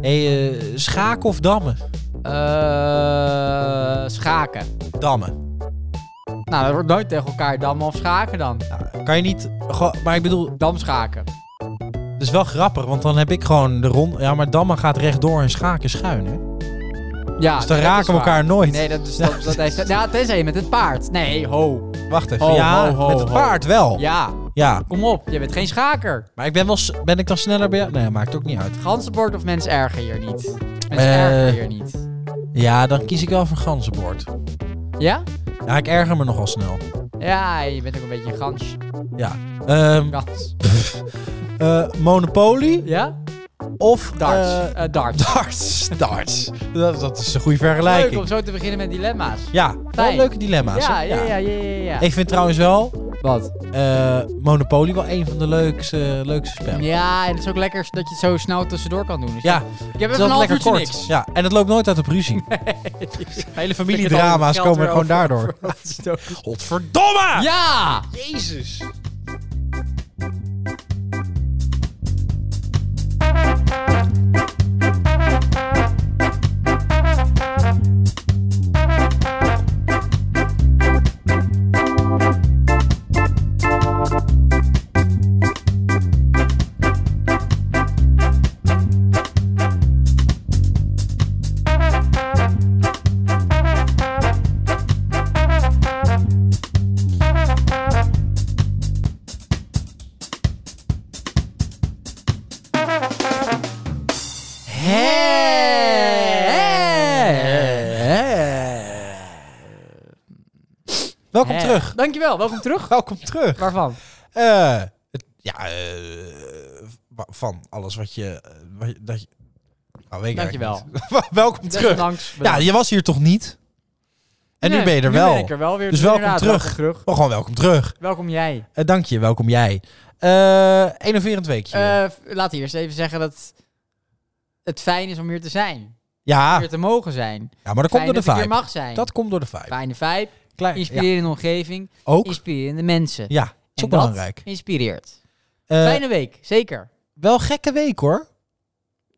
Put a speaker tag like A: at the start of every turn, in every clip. A: Hey, eh, schaken of dammen?
B: Eh, schaken.
A: Dammen.
B: Nou, dat wordt nooit tegen elkaar dammen of schaken dan.
A: Nou, kan je niet... gewoon- Maar ik bedoel,
B: Damschaken.
A: dat is wel grappig, want dan heb ik gewoon de rond... Ja, maar dammen gaat rechtdoor en schaken schuin, hè?
B: Ja,
A: Dus dan
B: dat is
A: raken we
B: waar.
A: elkaar nooit.
B: Nee, dat is... Dat, dat is ja, tenzij je met het paard. Nee, ho.
A: Wacht even.
B: Ho,
A: ja,
B: ho, ho,
A: met het
B: ho.
A: paard wel. Ja.
B: Ja, kom op. Je bent geen schaker.
A: Maar ik ben wel... s- Ben ik dan sneller bij jou? Nee, maakt ook niet uit.
B: Ganzenbord of mensen erger hier niet? Mensen
A: Eh.
B: erger hier niet.
A: Ja, dan kies ik wel voor ganzenbord.
B: Ja?
A: Ja, ik erger me nogal snel.
B: Ja, je bent ook een beetje een gans.
A: Ja. Ehm,
B: gans.
A: eh, Monopoly
B: Ja?
A: of...
B: Darts.
A: eh,
B: Eh, darts.
A: darts. Darts. Dat, dat is een goede
B: Leuk
A: vergelijking.
B: om zo te beginnen met dilemma's.
A: Ja, wel
B: Fijn.
A: leuke dilemma's.
B: Ja,
A: hè?
B: ja, ja, ja, ja. ja.
A: Ik vind trouwens wel
B: Wat?
A: eh, Monopoly wel een van de leukste, leukste spellen.
B: Ja, en het is ook lekker dat je het zo snel tussendoor kan doen. Dus
A: Ja,
B: ik heb
A: het is
B: even
A: altijd
B: een half
A: lekker
B: uurtje
A: kort.
B: niks.
A: Ja, en het loopt nooit uit op ruzie. Hele familiedrama's
B: familiedrama's
A: komen er gewoon daardoor. Godverdomme!
B: Ja!
A: Jezus! Welkom
B: Hè.
A: terug.
B: Dankjewel, welkom terug.
A: Welkom terug.
B: Waarvan?
A: Eh, het- ja, eh, wa- van alles wat je... eh, Wat je, dat je nou, weet ik
B: Dankjewel.
A: eigenlijk niet. Welkom terug.
B: Desondanks
A: Ja,
B: bedankt.
A: je was hier toch niet? En nu
B: Nee,
A: ben je er wel.
B: ben ik er wel weer.
A: Dus welkom
B: inderdaad,
A: terug.
B: Welkom terug.
A: Oh, gewoon welkom terug.
B: Welkom jij.
A: Eh, dank je, welkom jij. Eh innoverend weekje.
B: Eh, f- laat eerst even zeggen dat het fijn is om hier te zijn. Om
A: ja,
B: Hier te mogen zijn.
A: ja, maar dat komt
B: Fijn
A: door de
B: dat ik hier
A: vibe.
B: mag zijn.
A: Dat komt door de vibe.
B: Fijne vibe.
A: Klein, ja,
B: Inspirerende omgeving.
A: ook.
B: Inspirerende mensen.
A: Ja, is
B: En
A: ook
B: dat
A: belangrijk.
B: Inspireert.
A: Eh,
B: Fijne week, zeker.
A: wel gekke week hoor.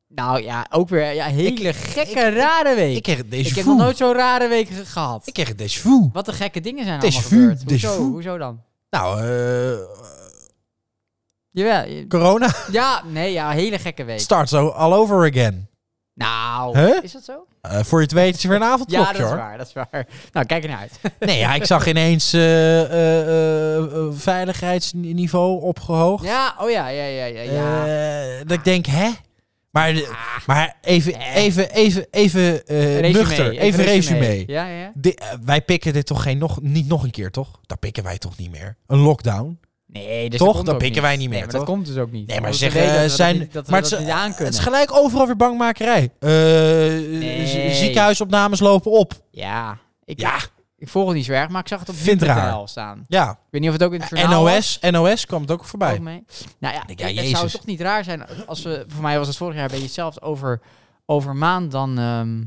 B: Nou ja, ook weer ja, hele gekke, rare week.
A: Ik
B: Ik,
A: kreeg het déjà
B: heb nog
A: vu.
B: nooit zo'n rare week ge- gehad.
A: Ik kreeg het déjà vu.
B: Wat de gekke dingen zijn er
A: Déjà
B: allemaal
A: vu,
B: gebeurd.
A: déjà
B: Hoezo,
A: vu.
B: hoezo dan?
A: Nou, eh,
B: Jawel. je-
A: corona
B: Ja, nee, ja, hele gekke week.
A: starts o- all over again.
B: nou,
A: Huh?
B: is dat zo?
A: Eh, voor je het weet is er weer een
B: Ja,
A: avondklokje
B: dat is
A: hoor.
B: waar, dat is waar. Nou, kijk ernaar uit.
A: Nee, ja, ik zag ineens eh, eh, eh, eh, veiligheidsniveau opgehoogd.
B: Ja, oh ja, ja, ja, ja. ja. Ah.
A: Eh, dat ik denk, hè? Maar, de- maar even, even, even, even eh,
B: Eh. Resume,
A: nuchter. Even resume.
B: Ja, ja, ja.
A: Di- eh, wij pikken dit toch geen nog, niet nog een keer, toch? Dat pikken wij toch niet meer? Een lockdown?
B: Nee, dus
A: Toch?
B: dat komt
A: Dat
B: ook
A: pikken wij niet meer,
B: Nee, maar dat
A: toch?
B: komt dus ook niet.
A: Nee, maar
B: Omdat
A: zeg,
B: we weten
A: eh,
B: dat we dat
A: zijn-
B: niet- dat we
A: maar
B: dat
A: het is-
B: niet
A: Het is
B: aankunnen.
A: gelijk overal weer bangmakerij. Eh, z- Ziekenhuisopnames lopen op.
B: Ja, ik,
A: Ja,
B: ik volg het niet zo erg, maar ik zag het op
A: Vind raar. Eh,
B: nu.nl staan.
A: ja.
B: Ik weet niet of het ook in het journaal was.
A: NOS, NOS kwam het ook voorbij.
B: Ook mee. Nou ja,
A: denk, ja,
B: het zou
A: Jezus.
B: toch niet raar zijn als we... Voor mij was het vorig jaar een beetje hetzelfde over, over maand. Dan ehm,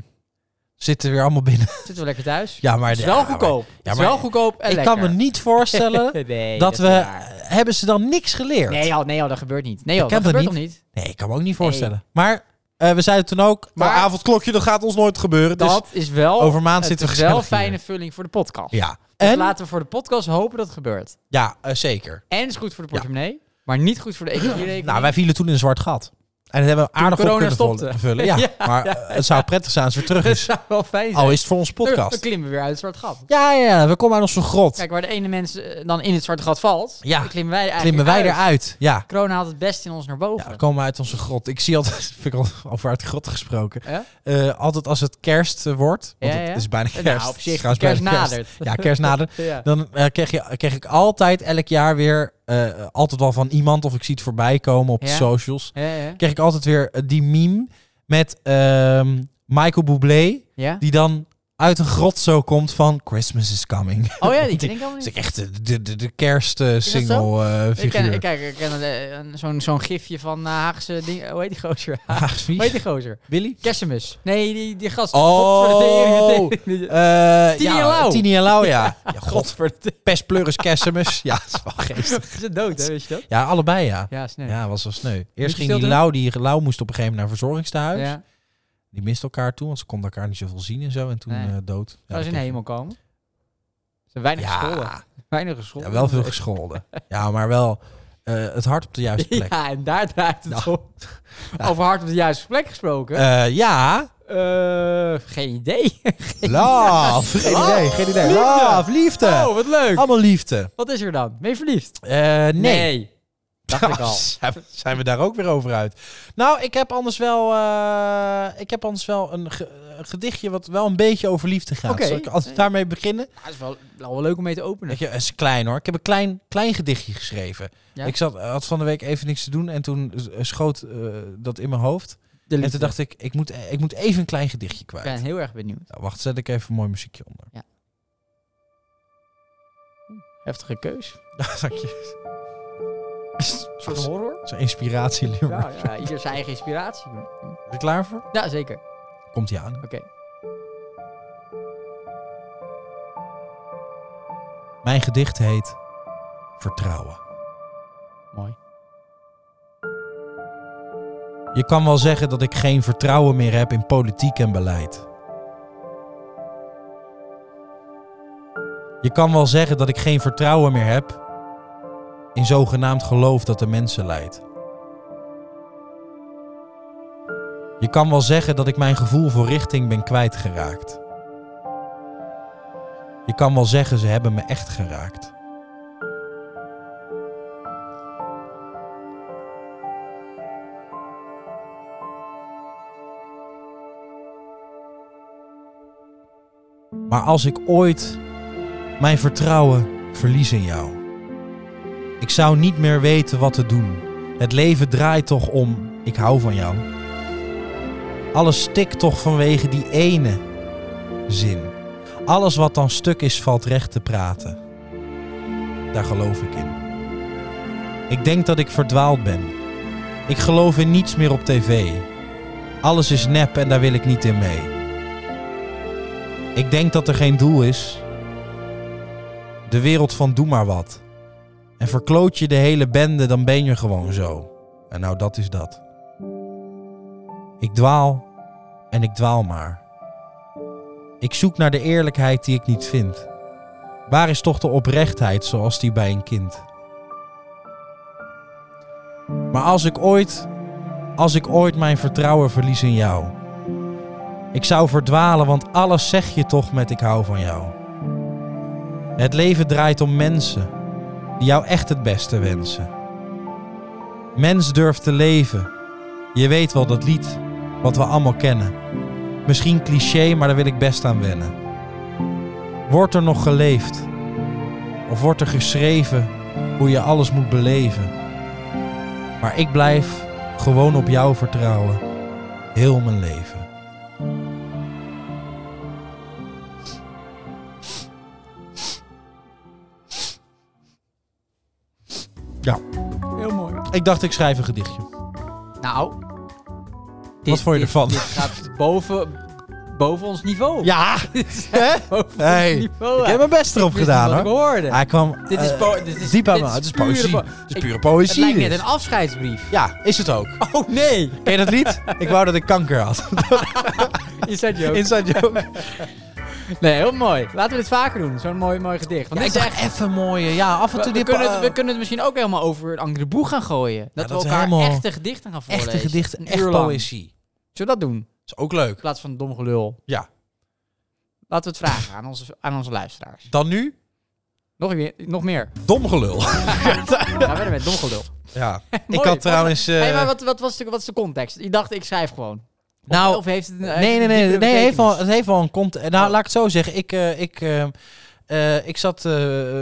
A: Zitten weer allemaal binnen.
B: zitten we lekker thuis.
A: Ja, maar
B: het is wel
A: ja,
B: goedkoop. het is
A: maar-
B: wel goedkoop en
A: maar Ik
B: lekker.
A: kan me niet voorstellen
B: nee,
A: dat
B: is
A: we...
B: niet waar.
A: Hebben ze dan niks geleerd?
B: Nee joh, nee joh, dat gebeurt niet. Nee joh,
A: ken dat
B: dat, gebeurt toch niet?
A: Nee, ik kan me ook niet voorstellen. Maar eh, we zeiden toen ook, maar
B: Maar-
A: avondklokje, dat gaat ons nooit gebeuren. Dus
B: dat is wel...
A: over een maand
B: het
A: zitten we
B: is wel
A: gezellig hier.
B: fijne vulling voor de podcast.
A: Ja,
B: Dus
A: en,
B: laten we voor de podcast hopen dat het gebeurt.
A: ja eh, zeker.
B: En is goed voor de
A: Ja.
B: portemonnee, maar niet goed voor de economie.
A: Nou, wij vielen toen in een zwart gat. En dat hebben we aardig op
B: corona
A: kunnen
B: stopte.
A: vol- vullen. Ja, maar eh, het zou prettig zijn als het weer terug
B: Dat
A: is.
B: zou wel fijn zijn.
A: Al is het voor onze
B: Dan
A: podcast.
B: klimmen we weer uit het zwart gat.
A: Ja, ja, ja, we komen uit onze grot.
B: Kijk, waar de ene mens eh, dan in het zwarte gat valt,
A: Ja.
B: dan klimmen wij, eigenlijk
A: Klimmen wij
B: uit.
A: eruit. Ja.
B: Corona haalt het best in ons naar
A: ja,
B: boven.
A: we komen uit onze grot. Ik zie altijd, vind ik al over uit de grot gesproken.
B: Ja?
A: Eh, altijd als het kerst eh, wordt, want
B: Ja,
A: het
B: ja.
A: is bijna
B: Nou,
A: kerst.
B: op
A: Het is
B: zich,
A: trouwens
B: kerst
A: bijna
B: nadert.
A: Ja, kerst nader.
B: Ja.
A: Dan eh, kreeg, je, kreeg ik altijd elk jaar weer, eh, altijd wel van iemand of ik zie het voorbij komen op de
B: Ja.
A: socials,
B: Ja, ja.
A: kreeg ik altijd weer eh, die meme met ehm, Michael Bublé,
B: Ja?
A: die dan uit een grot zo komt van Christmas is coming.
B: Oh ja, die ken ik al
A: Dat
B: niet.
A: is echt de, de, de, de kerst eh,
B: dat
A: single eh,
B: Ik ken,
A: figuur.
B: ik, kijk, ik ken eh, een- zo'n zo'n gifje van eh, Haagse ding. Hoe heet die gozer?
A: Ah, wie?
B: Hoe heet die gozer?
A: Billy?
B: Kersemus. Nee, die, die gast.
A: Oh.
B: Godverdering, de tering, de-
A: Eh,
B: Tini en
A: ja,
B: Lau.
A: Tini en Lau, ja. ja God,
B: Godverdering.
A: pest pleuris kerstmis. ja, dat is wel geest.
B: Ze zijn dood, hè, weet je dat?
A: Ja, allebei ja.
B: Ja, snel.
A: Ja, was wel sneu. Eerst
B: je
A: ging
B: stil
A: die
B: doen?
A: Lau, die Lau moest op een gegeven moment naar verzorgingstehuis.
B: Ja.
A: Die mist elkaar toen, want ze konden elkaar niet zoveel zien en zo. En toen
B: Nee.
A: eh, dood. Ja,
B: Zou
A: dat
B: ze in
A: ken
B: de
A: je.
B: hemel komen? Ze zijn weinig gescholden.
A: Ja,
B: Weinig gescholden.
A: ja, wel veel gescholden. ja, maar wel eh, het hart op de juiste plek.
B: Ja, en daar draait het
A: Nou.
B: om. Over hard op de juiste plek gesproken.
A: Eh, ja.
B: Eh, geen idee.
A: Love. Geen idee, geen idee.
B: Liefde.
A: Love, liefde.
B: Oh, wat leuk.
A: Allemaal liefde.
B: Wat is er dan? Ben je verliefd?
A: Eh, nee.
B: Dacht ik al.
A: Zijn we- Zijn we daar ook weer over uit? Nou, ik heb anders wel, eh, ik heb anders wel een, ge- een gedichtje wat wel een beetje over liefde gaat.
B: Oké.
A: Zal ik als daarmee beginnen?
B: Ja, is wel, wel leuk om mee te openen.
A: Weet je, het is klein hoor. Ik heb een klein, klein gedichtje geschreven.
B: Ja?
A: Ik zat, had van de week even niks te doen en toen eh, schoot eh, dat in mijn hoofd.
B: De
A: En toen dacht ik, ik moet, eh, ik moet even een klein gedichtje
B: ik
A: kwijt.
B: ben heel erg benieuwd.
A: Nou, wacht, zet ik even een mooi muziekje onder.
B: Heftige keus.
A: Dank je.
B: Een soort horror.
A: Zo'n inspiratielummer.
B: Ja, ja, ieder zijn eigen inspiratie.
A: Ben je klaar voor?
B: Ja, zeker.
A: Komt hij aan.
B: Oké.
A: Mijn gedicht heet Vertrouwen.
B: Mooi.
A: Je kan wel zeggen dat ik geen vertrouwen meer heb in politiek en beleid. Je kan wel zeggen dat ik geen vertrouwen meer heb in zogenaamd geloof dat de mensen leidt. Je kan wel zeggen dat ik mijn gevoel voor richting ben kwijtgeraakt. Je kan wel zeggen ze hebben me echt geraakt. Maar als ik ooit mijn vertrouwen verlies in jou. Ik zou niet meer weten wat te doen. Het leven draait toch om, ik hou van jou. Alles stikt toch vanwege die ene zin. Alles wat dan stuk is valt recht te praten. Daar geloof ik in. Ik denk dat ik verdwaald ben. Ik geloof in niets meer op tv. Alles is nep en daar wil ik niet in mee. Ik denk dat er geen doel is. De wereld van doe maar wat. En verkloot je de hele bende, dan ben je gewoon zo. En nou, dat is dat. Ik dwaal en ik dwaal maar. Ik zoek naar de eerlijkheid die ik niet vind. Waar is toch de oprechtheid zoals die bij een kind? Maar als ik ooit, als ik ooit mijn vertrouwen verlies in jou. Ik zou verdwalen, want alles zeg je toch met ik hou van jou. Het leven draait om mensen die jou echt het beste wensen. Mens durft te leven. Je weet wel dat lied wat we allemaal kennen. Misschien cliché, maar daar wil ik best aan wennen. Wordt er nog geleefd? Of wordt er geschreven hoe je alles moet beleven? Maar ik blijf gewoon op jou vertrouwen. Heel mijn leven.
B: Heel mooi.
A: Ik dacht, ik schrijf een gedichtje.
B: Oh. Nou.
A: Wat vond je ervan?
B: Dit gaat boven, boven ons niveau.
A: Ja,
B: Dit
A: hè?
B: gaat boven
A: Hey,
B: ons niveau.
A: Ik heb mijn best erop gedaan hoor.
B: Ik hoorde.
A: Hij kwam
B: dit is,
A: eh,
B: po- dit is
A: diep aan
B: dit
A: me. Het is
B: pure
A: poëzie.
B: po-
A: Het is
B: Ik-
A: pure
B: Het
A: poëzie.
B: lijkt net
A: dit.
B: een afscheidsbrief.
A: Ja, is het ook.
B: Oh nee.
A: Ken je dat lied? ik wou dat ik kanker had.
B: Je zei joke.
A: Inside joke.
B: Nee, heel mooi. Laten we dit vaker doen. Zo'n mooi, mooi gedicht. Want
A: Ja,
B: ik
A: ik
B: zeg,
A: dacht even mooie. Ja, af en
B: we,
A: toe
B: we
A: dit
B: kunnen het,
A: eh,
B: we kunnen het misschien ook helemaal over een andere boeg gaan gooien. Dat
A: dat
B: we
A: we
B: elkaar
A: helemaal
B: echte gedichten gaan voorlezen.
A: echte gedichten,
B: Een
A: echt
B: uur lang.
A: poëzie.
B: Zullen we dat doen?
A: Is ook leuk.
B: In plaats van dom gelul.
A: Ja.
B: Laten we het vragen aan onze, aan onze luisteraars.
A: Dan nu
B: Nog meer. Nog meer.
A: dom gelul.
B: Gaan we verder met dom gelul.
A: ja.
B: Mooi.
A: Ik had trouwens. eh,
B: Hey, maar wat, wat, was de, wat is de context? Je dacht, ik schrijf gewoon.
A: nou,
B: of heeft het een,
A: Nee, nee, nee. nee heeft wel,
B: al.
A: het heeft wel een kont. Nou,
B: Oh.
A: laat ik het zo zeggen. Ik, eh, ik, eh, eh, ik zat eh,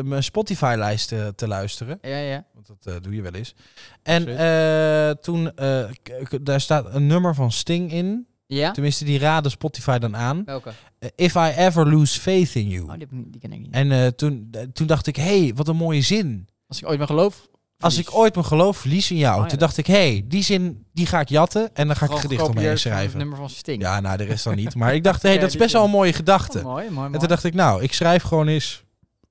A: mijn Spotify-lijst eh, te luisteren.
B: Ja, ja.
A: Want dat eh, doe je wel eens. En
B: Absoluut.
A: eh, toen, eh, k- k- daar staat een nummer van Sting in.
B: Ja?
A: Tenminste, die raadde Spotify dan aan.
B: Welke?
A: Eh, If I ever lose faith in you.
B: Oh, die, heb ik niet- die ken ik niet.
A: En eh, toen, eh, toen dacht ik, hé, hey, wat een mooie zin.
B: Als ik ooit mijn geloof...
A: Als ik ooit mijn geloof verlies in jou.
B: Oh, ja.
A: Toen dacht ik, hé, hey, die zin die ga ik jatten. En dan ga ik een
B: Gewoon
A: gedicht omheen
B: gekopieerd van Het
A: schrijven.
B: nummer van Sting.
A: Ja, nou, de rest dan niet. Maar ik dacht, hé, hey,
B: Ja,
A: dat is
B: die
A: best wel
B: zin.
A: een mooie gedachte.
B: Oh, mooi, mooi,
A: En
B: mooi.
A: toen dacht ik, nou, ik schrijf gewoon eens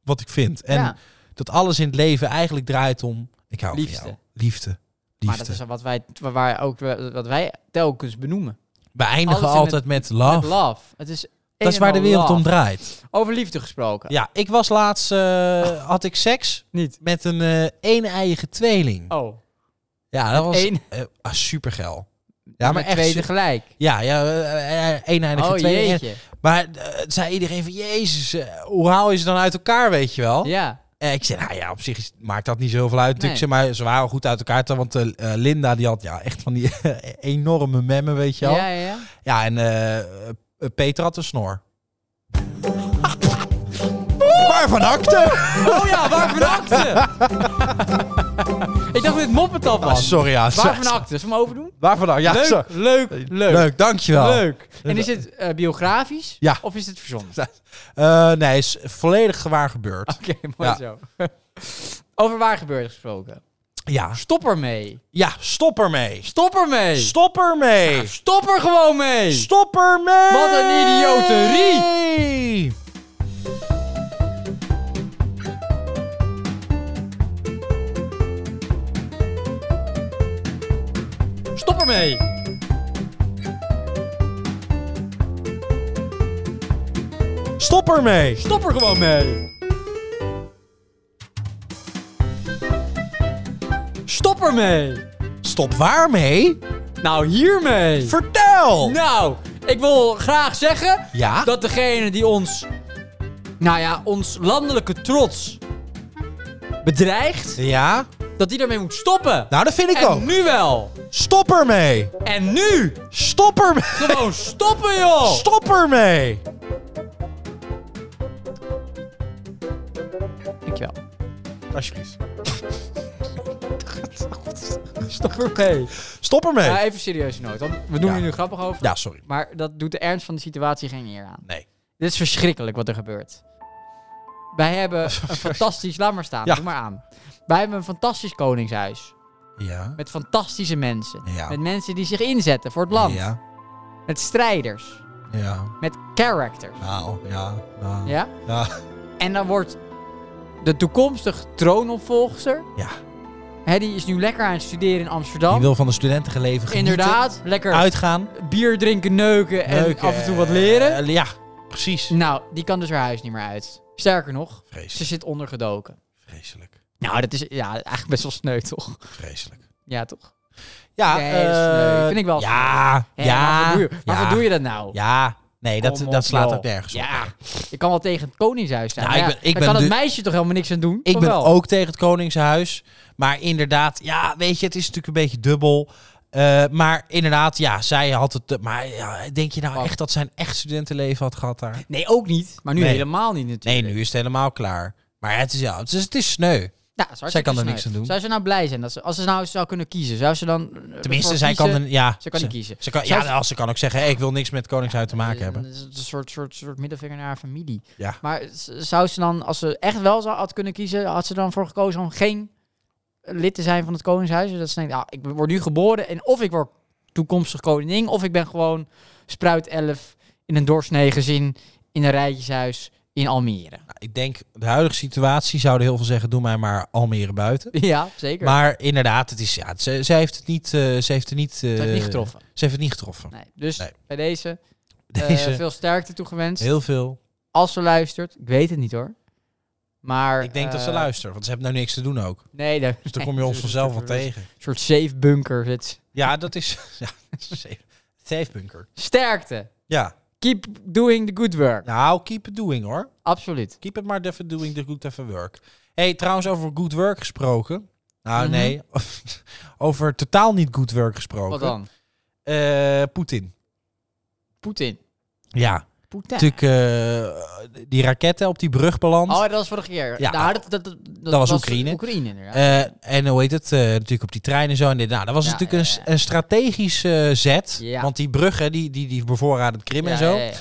A: wat ik vind. En
B: Ja,
A: dat alles in het leven eigenlijk draait om... Ik hou
B: Liefde.
A: van jou. Liefde. Liefde.
B: Maar dat is wat wij, waar wij ook, wat wij telkens benoemen.
A: We eindigen
B: Alles in
A: altijd met love.
B: Met love. Het is
A: Dat is waar de wereld om draait.
B: Over liefde gesproken.
A: Ja, ik was laatst, eh, had ik seks
B: Niet.
A: met een eh een-eiige tweeling.
B: Oh.
A: Ja, dat was
B: Eén.
A: eh, ah, supergeil. Ja, maar
B: met
A: echt.
B: twee
A: su-
B: tegelijk.
A: Ja, ja, eh, eh, een-eindige
B: Oh
A: tweeling.
B: jeetje.
A: Maar eh, het zei iedereen van, jezus, eh, hoe haal je ze dan uit elkaar, weet je wel?
B: Ja.
A: Eh, ik zei, nou ja, op zich is- maakt dat niet zoveel uit.
B: Nee.
A: Ik zei, maar ze waren goed uit elkaar. te- Want eh, eh, Linda, die had ja, echt van die enorme memmen, weet je wel.
B: Ja,
A: Ja,
B: ja, ja.
A: en eh, eh, Peter had een snor. Waarvan akte?
B: Oh ja, waarvan acte? ik dacht dat dit moppetap
A: Ah,
B: was.
A: sorgen, ja.
B: waarvan
A: sorry.
B: acte? Zullen we hem overdoen?
A: Waarvan akte? Ja,
B: leuk,
A: sorry.
B: leuk, leuk, leuk.
A: Leuk, dankjewel.
B: En is het eh, biografisch?
A: Ja.
B: Of is het verzonnen?
A: Eh, nee, is volledig waar gebeurd.
B: Oké, mooi
A: Ja.
B: zo. Over waar gebeurt gesproken.
A: Ja,
B: Stop ermee.
A: ja stop ermee.
B: Stop ermee.
A: Stop ermee.
B: Stop er gewoon mee.
A: Stop ermee!
B: Wat een
A: idioterie!
B: Stop ermee.
A: Stop ermee!
B: Stop er gewoon mee. Stop ermee.
A: Stop waarmee?
B: Nou, hiermee.
A: Vertel!
B: nou, ik wil graag zeggen
A: Ja?
B: dat degene die ons, nou ja, ons landelijke trots bedreigt,
A: Ja?
B: dat die daarmee moet stoppen.
A: Nou, dat vind ik ook.
B: en nu wel.
A: Stop ermee!
B: En nu.
A: Stop ermee!
B: Gewoon stoppen, joh.
A: Stop ermee!
B: Dankjewel.
A: Alsjeblieft.
B: Stop ermee.
A: Stop
B: Ja,
A: ermee!
B: even serieus nood. Want we doen
A: Ja.
B: hier nu grappig over.
A: Ja, sorry.
B: Maar dat doet de ernst van de situatie geen eer aan.
A: Nee.
B: Dit is verschrikkelijk wat er gebeurt. Wij hebben een fantastisch... Laat maar staan,
A: Ja.
B: doe maar aan. Wij hebben een fantastisch koningshuis.
A: Ja?
B: Met fantastische mensen.
A: Ja.
B: Met mensen die zich inzetten voor het land.
A: Ja?
B: Met strijders.
A: Ja.
B: Met characters.
A: Nou, ja. Nou.
B: Ja?
A: Ja.
B: En dan wordt de toekomstig troonopvolgster...
A: Ja.
B: Hè, die is nu lekker aan het studeren in
A: Die
B: Amsterdam.
A: wil van een studentengeleven genieten.
B: Inderdaad. Lekker
A: Uitgaan.
B: bier drinken, neuken en
A: Neuken,
B: af en toe wat leren.
A: eh, ja, precies.
B: Nou, die kan dus haar huis niet meer uit. Sterker nog, ze
A: Vreselijk.
B: zit ondergedoken.
A: Vreselijk.
B: Nou, dat is ja, eigenlijk best wel sneu, toch?
A: Vreselijk.
B: Ja, toch?
A: Ja,
B: Nee, dat is sneu.
A: eh,
B: Vind ik wel
A: Ja,
B: Hè,
A: ja.
B: Waarvoor doe je, waarvoor
A: ja,
B: doe je dat nou?
A: Ja, nee, dat,
B: Kom op,
A: dat slaat
B: joh.
A: ook nergens op.
B: Ja, ik kan wel tegen het koningshuis staan.
A: Ja,
B: maar
A: ik
B: ja,
A: ben- ik
B: daar
A: ben
B: kan het
A: du-
B: meisje toch helemaal niks aan doen?
A: Ik
B: Of
A: ben
B: wel?
A: ook tegen het Koningshuis. Maar inderdaad, ja, weet je, het is natuurlijk een beetje dubbel. Eh, maar inderdaad, ja, zij had het. eh, Maar ja, denk je nou
B: Wat?
A: echt dat zij een echt studentenleven had gehad daar?
B: Nee, ook niet. Maar nu
A: Nee.
B: helemaal niet
A: Nee,
B: natuurlijk.
A: nu is het helemaal klaar. Maar het is, ja, het is, het is sneu.
B: Ja, Nou, dat is hartstikke
A: Zij kan er
B: sneu.
A: niks aan doen.
B: Zou ze nou blij zijn? Dat ze, als ze nou zou kunnen kiezen, zou ze dan... eh,
A: Tenminste,
B: ervoor
A: zij kan,
B: kiezen?
A: er, ja,
B: Ze kan
A: ze,
B: niet kiezen.
A: ze kan,
B: Zelfs-
A: ja, als ze kan ook zeggen: hey, ik wil niks met het Koningshuis te maken hebben.
B: Eh, Het is een soort, soort, soort middenvinger naar haar familie.
A: Ja.
B: Maar s- zou ze dan, als ze echt wel zou, had kunnen kiezen, had ze dan voor gekozen om geen lid te zijn van het Koningshuis? Dat ze denkt, ah, ik word nu geboren en of ik word toekomstig koningin, of ik ben gewoon spruit 11 in een doorsnee gezin in een rijtjeshuis in Almere.
A: Nou, ik denk, de huidige situatie zouden heel veel zeggen: doe mij maar Almere buiten.
B: Ja, zeker.
A: Maar inderdaad, het is, ja, het- ze, ze heeft het niet, eh, ze heeft het niet, eh,
B: dat heeft niet getroffen.
A: Ze heeft het niet getroffen.
B: Nee. Dus
A: Nee.
B: bij deze, eh,
A: Deze,
B: veel sterkte toegewenst.
A: heel veel.
B: Als ze luistert, ik weet het niet hoor. Maar,
A: Ik denk dat ze
B: eh,
A: luistert, want ze hebben nou niks te doen ook.
B: Nee, daar-
A: Dus dan kom je ons vanzelf wel tegen.
B: Een soort safe bunker zit.
A: Ja, dat is. Ja, safe- safe bunker.
B: Sterkte.
A: Ja.
B: Keep doing the good work.
A: Nou, keep it doing hoor.
B: Absoluut.
A: Keep it maar even doing the good even work. hey, trouwens, over good work gesproken. Nou,
B: Mhm.
A: nee. over totaal niet good work gesproken.
B: Wat dan?
A: Eh, Poetin.
B: Poetin.
A: Ja.
B: Poetin.
A: Natuurlijk, eh, die raketten op die brug beland.
B: Oh, dat was vorige keer.
A: Ja.
B: Nou, dat, dat, dat,
A: was Oekraïne.
B: Oekraïne, inderdaad.
A: Eh, en hoe heet het? eh, natuurlijk op die trein en zo. En dit, nou, dat was
B: Ja,
A: natuurlijk een
B: ja,
A: s-
B: ja.
A: Een, strategisch eh, zet.
B: Ja.
A: Want die bruggen, die, die, die bevoorraden Krim
B: Ja,
A: en zo.
B: ja, ja.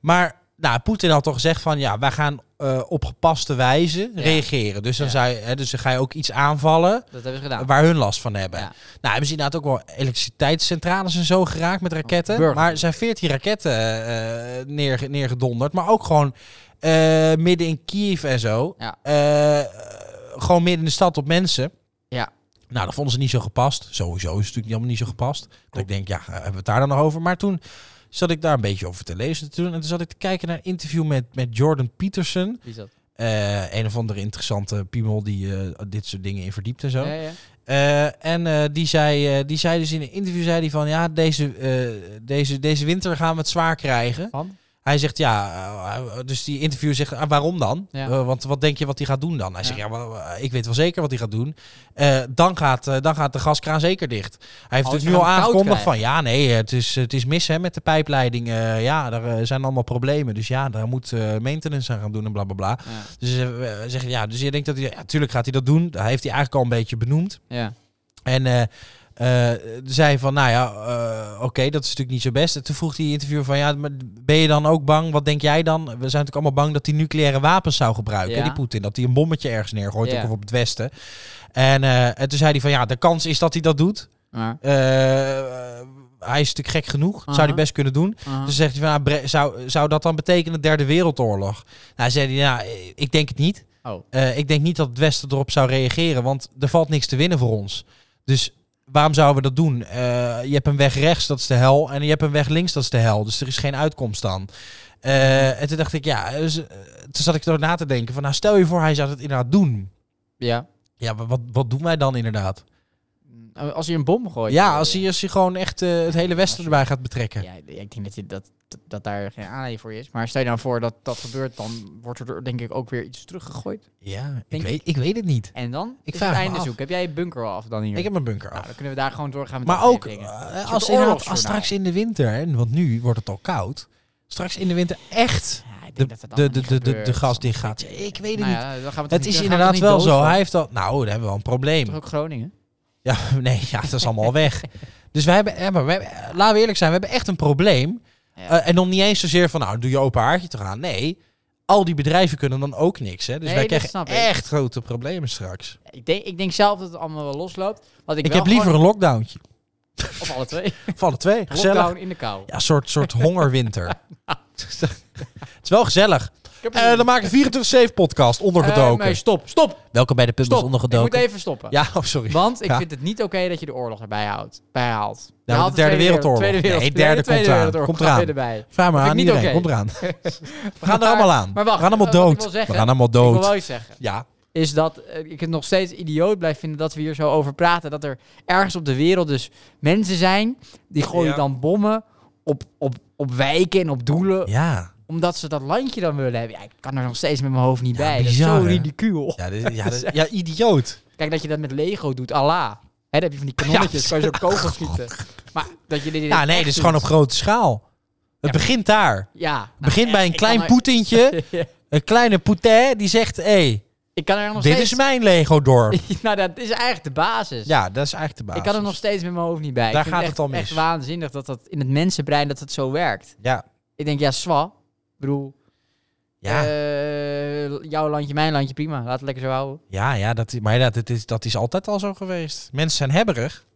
A: Maar nou, Poetin had toch gezegd van... ja, wij gaan eh, op gepaste wijze
B: Ja.
A: reageren. Dus dan,
B: Ja.
A: zou je, hè, dus dan ga je ook iets aanvallen
B: Dat hebben ze gedaan.
A: waar hun last van hebben.
B: Ja.
A: Nou, hebben ze inderdaad ook wel elektriciteitscentrales en zo geraakt met raketten.
B: Burger.
A: Maar er zijn veertien raketten eh, neerge- neergedonderd. Maar ook gewoon eh, midden in Kiev en zo.
B: Ja.
A: Eh, gewoon midden in de stad op mensen.
B: Ja.
A: Nou, dat vonden ze niet zo gepast. Sowieso is het natuurlijk niet allemaal niet zo gepast. Dat ik denk, ja, eh, hebben we het daar dan nog over? Maar toen zat ik daar een beetje over te lezen. Toen, en toen zat ik te kijken naar een interview met, met Jordan Peterson.
B: Wie is dat?
A: Eh, een of andere interessante piemel die eh, dit soort dingen in verdiept en zo.
B: Ja, ja.
A: Eh, en eh, die, zei, eh, die zei dus in een interview zei die van ja, deze, eh, deze, deze winter gaan we het zwaar krijgen.
B: Van?
A: Hij zegt ja, eh, dus die interview zegt ah, waarom dan?
B: Ja.
A: Eh, want wat denk je wat hij gaat doen dan? Hij
B: Ja.
A: zegt ja, wa- ik weet wel zeker wat hij gaat doen. Eh, dan, gaat, eh, dan gaat de gaskraan zeker dicht. Hij heeft
B: Oh,
A: dus
B: ze
A: nu
B: gaan
A: al
B: het koud
A: aangekondigd van
B: krijgen.
A: ja, nee, het is, het is mis hè, met de pijpleiding. Eh, ja, er eh, zijn allemaal problemen. Dus ja, daar moet eh, maintenance aan gaan doen en bla bla bla.
B: Ja.
A: Dus, eh, we zeggen, ja, dus je denkt dat hij, ja, tuurlijk gaat hij dat doen. Hij heeft hij eigenlijk al een beetje benoemd.
B: ja.
A: En eh, eh, zei van, nou ja, eh, oké, dat is natuurlijk niet zo best. En toen vroeg die interviewer van, ja, maar ben je dan ook bang? Wat denk jij dan? We zijn natuurlijk allemaal bang dat hij nucleaire wapens zou gebruiken,
B: Ja.
A: die Poetin. Dat hij een bommetje ergens neergooit,
B: Ja.
A: ook of op het westen. En, eh, en toen zei hij van, ja, de kans is dat hij dat doet.
B: Maar,
A: Eh, hij is natuurlijk gek genoeg. Dat zou hij
B: Aha.
A: best kunnen doen.
B: aha.
A: Dus zegt hij van, nou, bre- zou, zou dat dan betekenen derde wereldoorlog? Nou, zei hij, nou, eh, ik denk het niet.
B: Oh.
A: Eh, ik denk niet dat het Westen erop zou reageren, want er valt niks te winnen voor ons. Dus waarom zouden we dat doen? Eh, je hebt een weg rechts, dat is de hel, en je hebt een weg links, dat is de hel. Dus er is geen uitkomst dan. Eh, en toen dacht ik, ja, dus, eh, toen zat ik er na te denken van, nou stel je voor hij zou dat inderdaad doen.
B: ja. Mm,
A: Ja, maar wat, wat doen wij dan inderdaad?
B: Als hij een bom gooit.
A: Ja,
B: eh,
A: als hij, als hij gewoon echt eh, het hele Westen erbij gaat betrekken.
B: Ja, ik denk dat, je dat, dat daar geen aanleiding voor is. Maar stel je nou voor dat dat gebeurt, dan wordt er denk ik ook weer iets teruggegooid.
A: Ja, ik
B: Denk-
A: weet, ik weet het niet.
B: En dan?
A: Ik
B: is
A: vraag
B: het
A: me
B: einde
A: af.
B: zoek. Heb jij je bunker al af dan hier?
A: Ik heb mijn bunker
B: nou,
A: af.
B: dan kunnen we daar gewoon doorgaan met
A: Maar
B: de
A: ook
B: afleveringen.
A: eh,
B: Een soort
A: als, inderdaad, als
B: oorlogsjournaal.
A: straks in de winter, hè, want nu wordt het al koud, straks in de winter echt
B: Ja, ik denk
A: de,
B: dat dat
A: de,
B: allemaal
A: de,
B: niet
A: de, de,
B: gebeurt.
A: de gas dicht gaat. Ik weet het
B: Nou
A: niet.
B: ja, dan gaan we
A: Het
B: toch niet-
A: is
B: dan gaan we
A: inderdaad
B: toch niet
A: wel
B: dood
A: zo.
B: van?
A: Hij heeft al. Nou, daar hebben we wel een
B: Toch
A: probleem.
B: ook Groningen?
A: Ja, nee, ja, dat is allemaal weg. Dus we hebben, ja, maar we hebben- laten we eerlijk zijn, we hebben echt een probleem.
B: Ja.
A: Eh, en dan niet eens zozeer van, nou, doe je open haartje te gaan. Nee, al die bedrijven kunnen dan ook niks. Hè. Dus
B: Nee,
A: wij
B: dat
A: krijgen
B: snap ik.
A: echt grote problemen straks.
B: Ik denk, ik denk zelf dat het allemaal wel losloopt. Wat ik
A: Ik,
B: wel
A: heb liever
B: gewoon-
A: een lockdowntje.
B: Of alle twee.
A: Van de twee, gezellig.
B: Lockdown in de kou.
A: Ja, een soort, soort hongerwinter. het is wel gezellig.
B: Ik heb
A: Eh dan maak ik een 24-7 podcast ondergedoken.
B: Eh, nee, stop, stop,
A: Welkom bij de Pummels
B: stop. Ik moet
A: ondergedoken.
B: even stoppen.
A: Ja, oh sorry.
B: Want ik
A: Ja. Nou,
B: vind het niet oké dat je de oorlog erbij houdt. bijhaalt. Je
A: de
B: haalt
A: Derde Wereldoorlog.
B: Tweede wereld,
A: Nee, derde
B: tweede
A: komt eraan.
B: wereldoorlog
A: Komt eraan.
B: weer erbij.
A: Vraag maar
B: vind
A: aan
B: ik niet
A: iedereen. Kom
B: oké.
A: eraan. We gaan er
B: Maar-
A: allemaal aan.
B: Maar wacht,
A: we gaan allemaal
B: eh, wat ik
A: dood.
B: wil
A: We
B: zeggen-
A: gaan allemaal
B: Ik wil
A: dood.
B: wel iets zeggen.
A: Ja,
B: Is dat eh, ik het nog steeds idioot blijf vinden dat we hier zo over praten. Dat er ergens op de wereld dus mensen zijn die gooien
A: Ja.
B: dan bommen op, op, op wijken en op doelen.
A: ja.
B: Omdat ze dat landje dan willen hebben. Ja, ik kan er nog steeds met mijn hoofd niet
A: Ja,
B: bij. Dat is
A: bizar,
B: zo
A: hè?
B: ridicuul.
A: Ja, dit- ja, dit- ja, idioot.
B: Kijk, dat je dat met Lego doet, Allah. Hè, dan heb je van die kanonnetjes,
A: Ja. Oh,
B: kan je zo op kogels schieten. Maar dat je dit in
A: Ja,
B: het
A: nee,
B: echt
A: dit is
B: doet.
A: gewoon op grote schaal. Het begint daar. Het
B: Ja.
A: begint bij een
B: ik kan
A: klein
B: er-
A: Poetintje. Een kleine Poetin die zegt, hé, hey,
B: ik kan er nog
A: dit
B: steeds...
A: is mijn Lego-dorp.
B: nou, dat is eigenlijk de basis.
A: Ja, dat is eigenlijk de basis.
B: Ik kan er nog steeds met mijn hoofd niet bij. Ik
A: Daar
B: vind
A: gaat
B: echt,
A: het al mis.
B: echt waanzinnig dat dat in het mensenbrein dat het zo werkt.
A: Ja,
B: Ik denk, ja, swa. Ik bedoel,
A: ja.
B: eh, jouw landje, mijn landje, prima. Laat het lekker zo houden.
A: Ja, ja dat is, maar ja, dat, is, dat is altijd al zo geweest. Mensen zijn hebberig.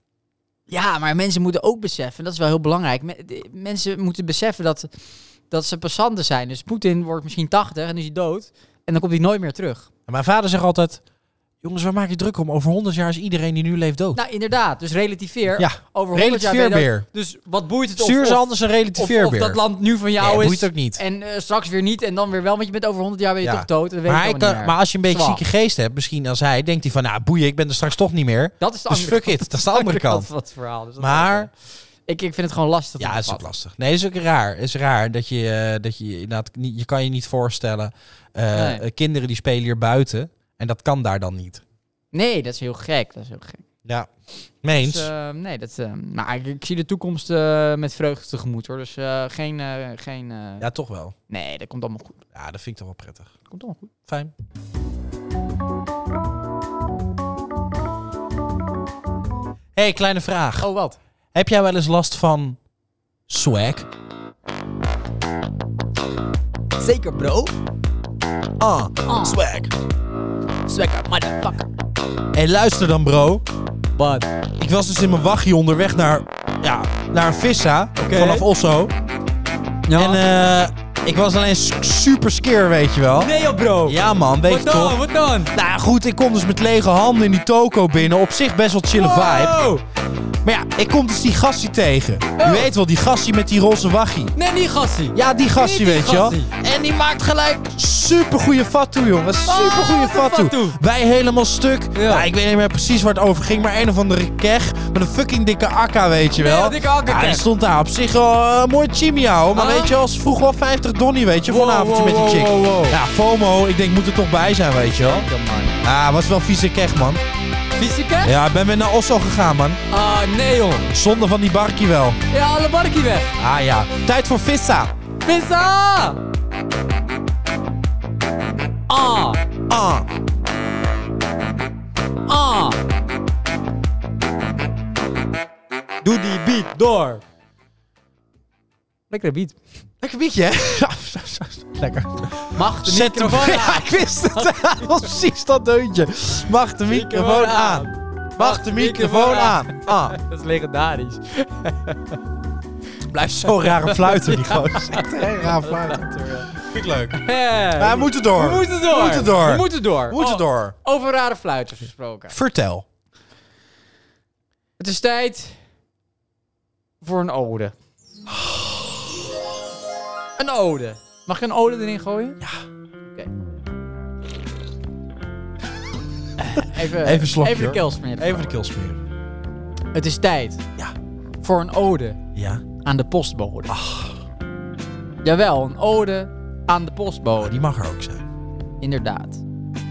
B: Ja, maar mensen moeten ook beseffen, dat is wel heel belangrijk. Me- de- mensen moeten beseffen dat, dat ze passanten zijn. Dus Poetin wordt misschien 80 en is hij dood. En dan komt hij nooit meer terug.
A: En mijn vader zegt altijd... Jongens, waar maak je druk om? Over 100 jaar is iedereen die nu leeft dood.
B: Nou, inderdaad. Dus relativeer.
A: Ja,
B: over 100 jaar ben je dood.
A: relativeerbeer.
B: Dus wat boeit het of,
A: Stuur ze
B: of-
A: anders een
B: of, of
A: relativeerbeer.
B: dat land nu van
A: Nee,
B: jou is
A: boeit ook niet.
B: en eh, straks weer niet en dan weer wel. Want je bent over 100 jaar ben je
A: Ja.
B: toch dood. En dat weet
A: Maar, hij
B: ik allemaal
A: kan,
B: niet
A: maar
B: meer.
A: als je een beetje
B: Zwaar.
A: zieke geest hebt, misschien als hij, denkt hij van... Nou, boeien, ik ben er straks toch niet meer.
B: Dat is de
A: Dus
B: andere
A: fuck
B: kant.
A: it, dat is de andere kant.
B: van het verhaal. Dus dat
A: Maar-
B: is oké. ik, ik vind het gewoon lastig. om
A: Ja,
B: te
A: het is ook
B: vatten.
A: lastig. Nee, het is ook raar. Het is raar dat je, eh, dat je je inderdaad niet... Je kan je niet voorstellen... eh,
B: Nee.
A: eh, Kinderen die spelen hier buiten. En dat kan daar dan niet.
B: Nee, dat is heel gek. Dat is heel gek.
A: Ja. Meens.
B: Dus, eh, nee, dat, eh, maar ik, ik zie de toekomst eh, met vreugde tegemoet hoor. Dus eh, geen. eh, geen eh,
A: ja, toch wel.
B: Nee, dat komt allemaal goed.
A: Ja, dat vind ik toch wel prettig.
B: Dat komt allemaal goed.
A: Fijn. hey, kleine vraag.
B: Oh, wat?
A: Heb jij wel eens last van swag?
B: Zeker, bro.
A: Ah,
B: Ah.
A: swag.
B: Zeker, motherfucker.
A: hey, luister dan, bro.
B: Wat?
A: Ik was dus in mijn wachtje onderweg naar, ja, naar een vissa
B: Oké.
A: vanaf Osso.
B: Ja.
A: En eh, Ik was alleen s- super skeer, weet je wel.
B: Nee joh, bro.
A: Ja man, weet je toch?
B: Wat dan?
A: Nou ja, goed, ik kom dus met lege handen in die toko binnen. Op zich best wel chille
B: Ah.
A: vibe. Maar ja, ik kom dus die gastie tegen.
B: Oh.
A: Je weet wel, die gastie met die roze wachie.
B: Nee, die gastie.
A: Ja, die gastie,
B: Niet die
A: weet je wel.
B: gastie.
A: En die maakt gelijk supergoeie fatsoen, jongen. Supergoeie
B: Wat een
A: fatsoen.
B: fatsoe.
A: Wij helemaal stuk.
B: Oh, Ja.
A: Nou, ik weet niet meer precies waar het over ging, maar een of andere kech met een fucking dikke akka, weet je wel.
B: een dikke akka
A: Ja, die
B: kech.
A: stond daar op zich wel eh, mooi chimia, hoor. Maar
B: Ah.
A: weet je wel, ze vroeg wel 50 donnie, weet je, voor
B: Wow,
A: een avondje
B: wow,
A: met die
B: wow,
A: chick.
B: wow, wow.
A: Ja, FOMO, ik denk, moet er toch bij zijn, weet je wel. Ah, was wel vieze kech, man.
B: Fysieke?
A: Ja, ik ben weer naar Oslo gegaan, man.
B: Ah, nee joh.
A: Zonde van die barkie wel.
B: Ja, alle barkie weg.
A: Ah ja, tijd voor vissa.
B: Pizza! Ah,
A: Ah,
B: ah. Doe die beat door. Lekkere beat.
A: lekker bietje, hè? lekker.
B: Mag de
A: Zet hem
B: microfoon
A: Ja, ik wist het. Dat was precies dat deuntje. Mag de microfoon aan. Mag de microfoon aan. Ah,
B: Dat is legendarisch.
A: blijft zo raar Oh, fluiten, die gozer. Echt heel raar fluiten. Vind ik leuk. Maar we moeten door.
B: We moeten door.
A: We moeten door.
B: We moeten door.
A: We moeten
B: Oh,
A: door.
B: Over rare fluiters gesproken.
A: Vertel.
B: Het is tijd voor een ode. Een ode. Mag ik een ode erin gooien? Ja. Oké. Even,
A: Even een slokje,
B: Even de
A: hoor.
B: keel smeren.
A: Even de keel smeren.
B: Het is tijd
A: Ja.
B: voor een ode
A: Ja.
B: aan de postbode.
A: Ah.
B: Jawel, een ode aan de postbode.
A: Oh, die mag er ook zijn.
B: Inderdaad.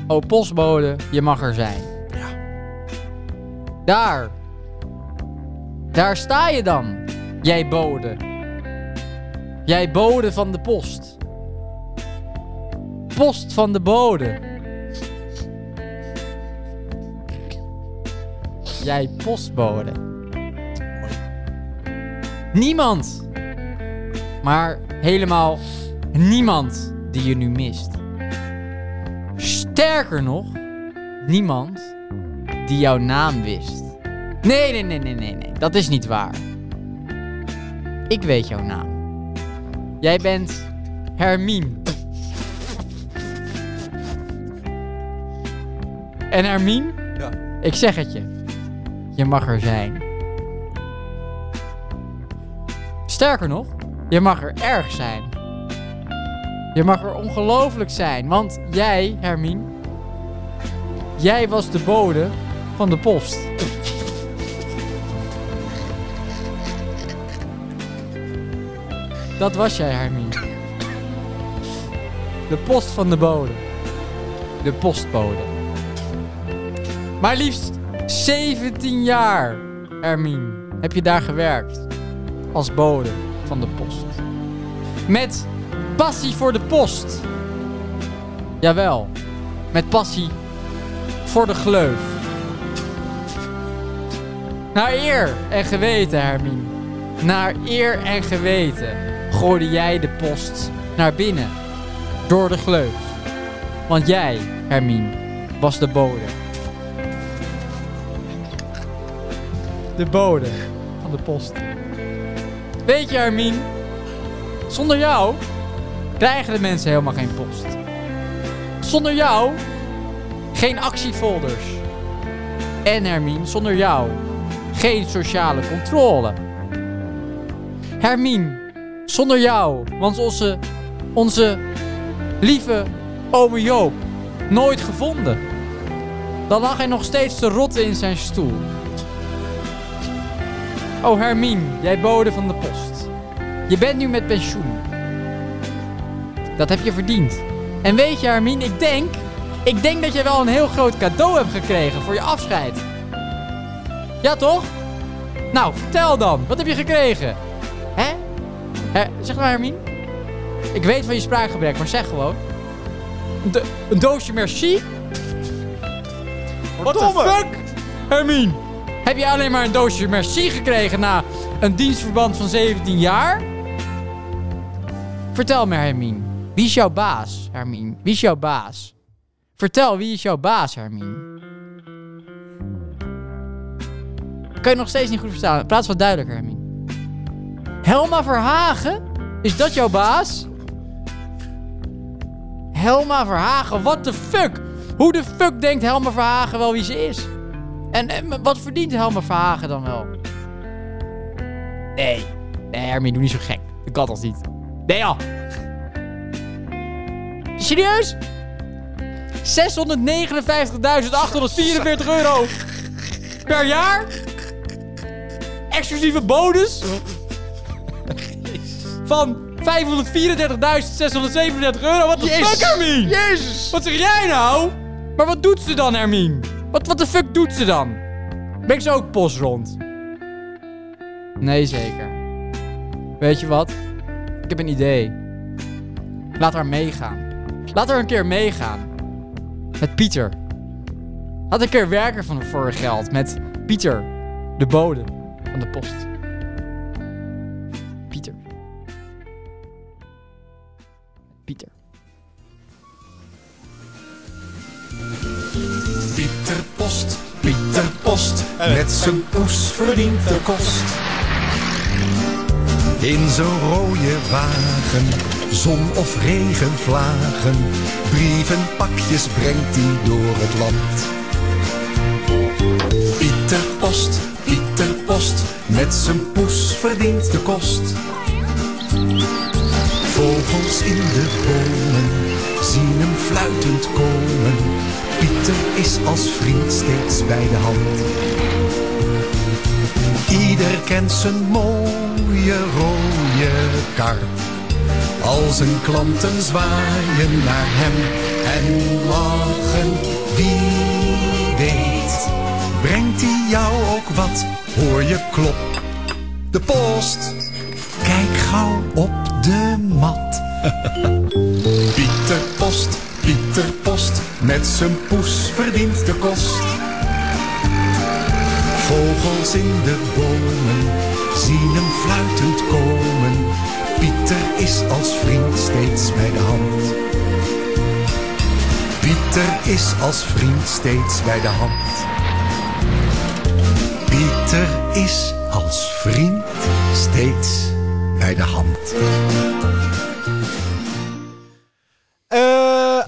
B: O postbode, je mag er zijn.
A: Ja.
B: Daar. Daar sta je dan, jij bode. Jij bode van de post. Post van de bode. Jij postbode. Niemand. Maar helemaal niemand die je nu mist. Sterker nog, niemand die jouw naam wist. Nee, nee, nee, nee, nee, nee. Dat is niet waar. Ik weet jouw naam. Jij bent Hermine. En Hermine,
A: Ja.
B: ik zeg het je. Je mag er zijn. Sterker nog, je mag er erg zijn. Je mag er ongelooflijk zijn, want jij, Hermine, jij was de bode van de post. Dat was jij, Hermine. De post van de bode. De postbode. Maar liefst 17 jaar, Hermine, heb je daar gewerkt. Als bode van de post. Met passie voor de post. Jawel, met passie voor de gleuf. Naar eer en geweten, Hermine. Naar eer en geweten gooide jij de post naar binnen. Door de gleuf. Want jij, Hermine, was de bode. De bode van de post. Weet je, Hermine, zonder jou krijgen de mensen helemaal geen post. Zonder jou geen actiefolders. En Hermine, zonder jou geen sociale controle. Hermine, zonder jou, want onze, onze lieve ome Joop nooit gevonden. Dan lag hij nog steeds te rotten in zijn stoel. O Hermine, jij bode van de post. Je bent nu met pensioen. Dat heb je verdiend. En weet je, Hermine, ik denk. Ik denk dat je wel een heel groot cadeau hebt gekregen voor je afscheid. Ja, toch? Nou, vertel dan. Wat heb je gekregen? Hè? Hè, zeg maar, Hermine. Ik weet van je spraakgebrek, maar zeg gewoon. Een, do- een doosje merci? What the
A: Verdomme.
B: fuck? Hermine, heb je alleen maar een doosje merci gekregen na een dienstverband van 17 jaar? Vertel me, Hermine. Wie is jouw baas, Hermine? Wie is jouw baas? Vertel, wie is jouw baas, Hermine? Kan je nog steeds niet goed verstaan? Praat eens wat duidelijker, Hermine. Helma Verhagen? Is dat jouw baas? Helma Verhagen, what the fuck? Hoe de fuck denkt Helma Verhagen wel wie ze is? En, en wat verdient Helma Verhagen dan wel? Nee. Nee, Hermie, doe niet zo gek. Dat kan toch niet? Nee, ja. Serieus? 659.844 euro per jaar? Exclusieve bonus van 534.637 euro. Wat de fuck, Hermie?
C: Jezus!
B: Wat zeg jij nou? Maar wat doet ze dan, Hermine? Wat, wat de fuck doet ze dan? Ben ik ze ook post rond? Nee, zeker. Weet je wat? Ik heb een idee. Laat haar meegaan. Laat haar een keer meegaan. Met Pieter. Laat een keer werken van voor haar geld. Met Pieter, de bode van de post. Pieter. Pieter.
C: Pieter Post, Pieter Post, met zijn poes verdient de kost. In zo'n rode wagen, zon of regenvlagen, brievenpakjes brengt hij door het land. Pieter Post, Pieter Post, met zijn poes verdient de kost. Vogels in de bomen zien hem fluitend komen. Pieter is als vriend steeds bij de hand. Ieder kent zijn mooie rode kar. Al zijn klanten zwaaien naar hem en lachen. Wie weet, brengt hij jou ook wat? Hoor je klop, de post. Kijk gauw op de mat. Pieter Post, Pieter Post, met zijn poes verdient de kost. Vogels in de bomen zien hem fluitend komen. Pieter is als vriend steeds bij de hand. Pieter is als vriend steeds bij de hand. Pieter is als vriend steeds bij de hand.
A: Eh,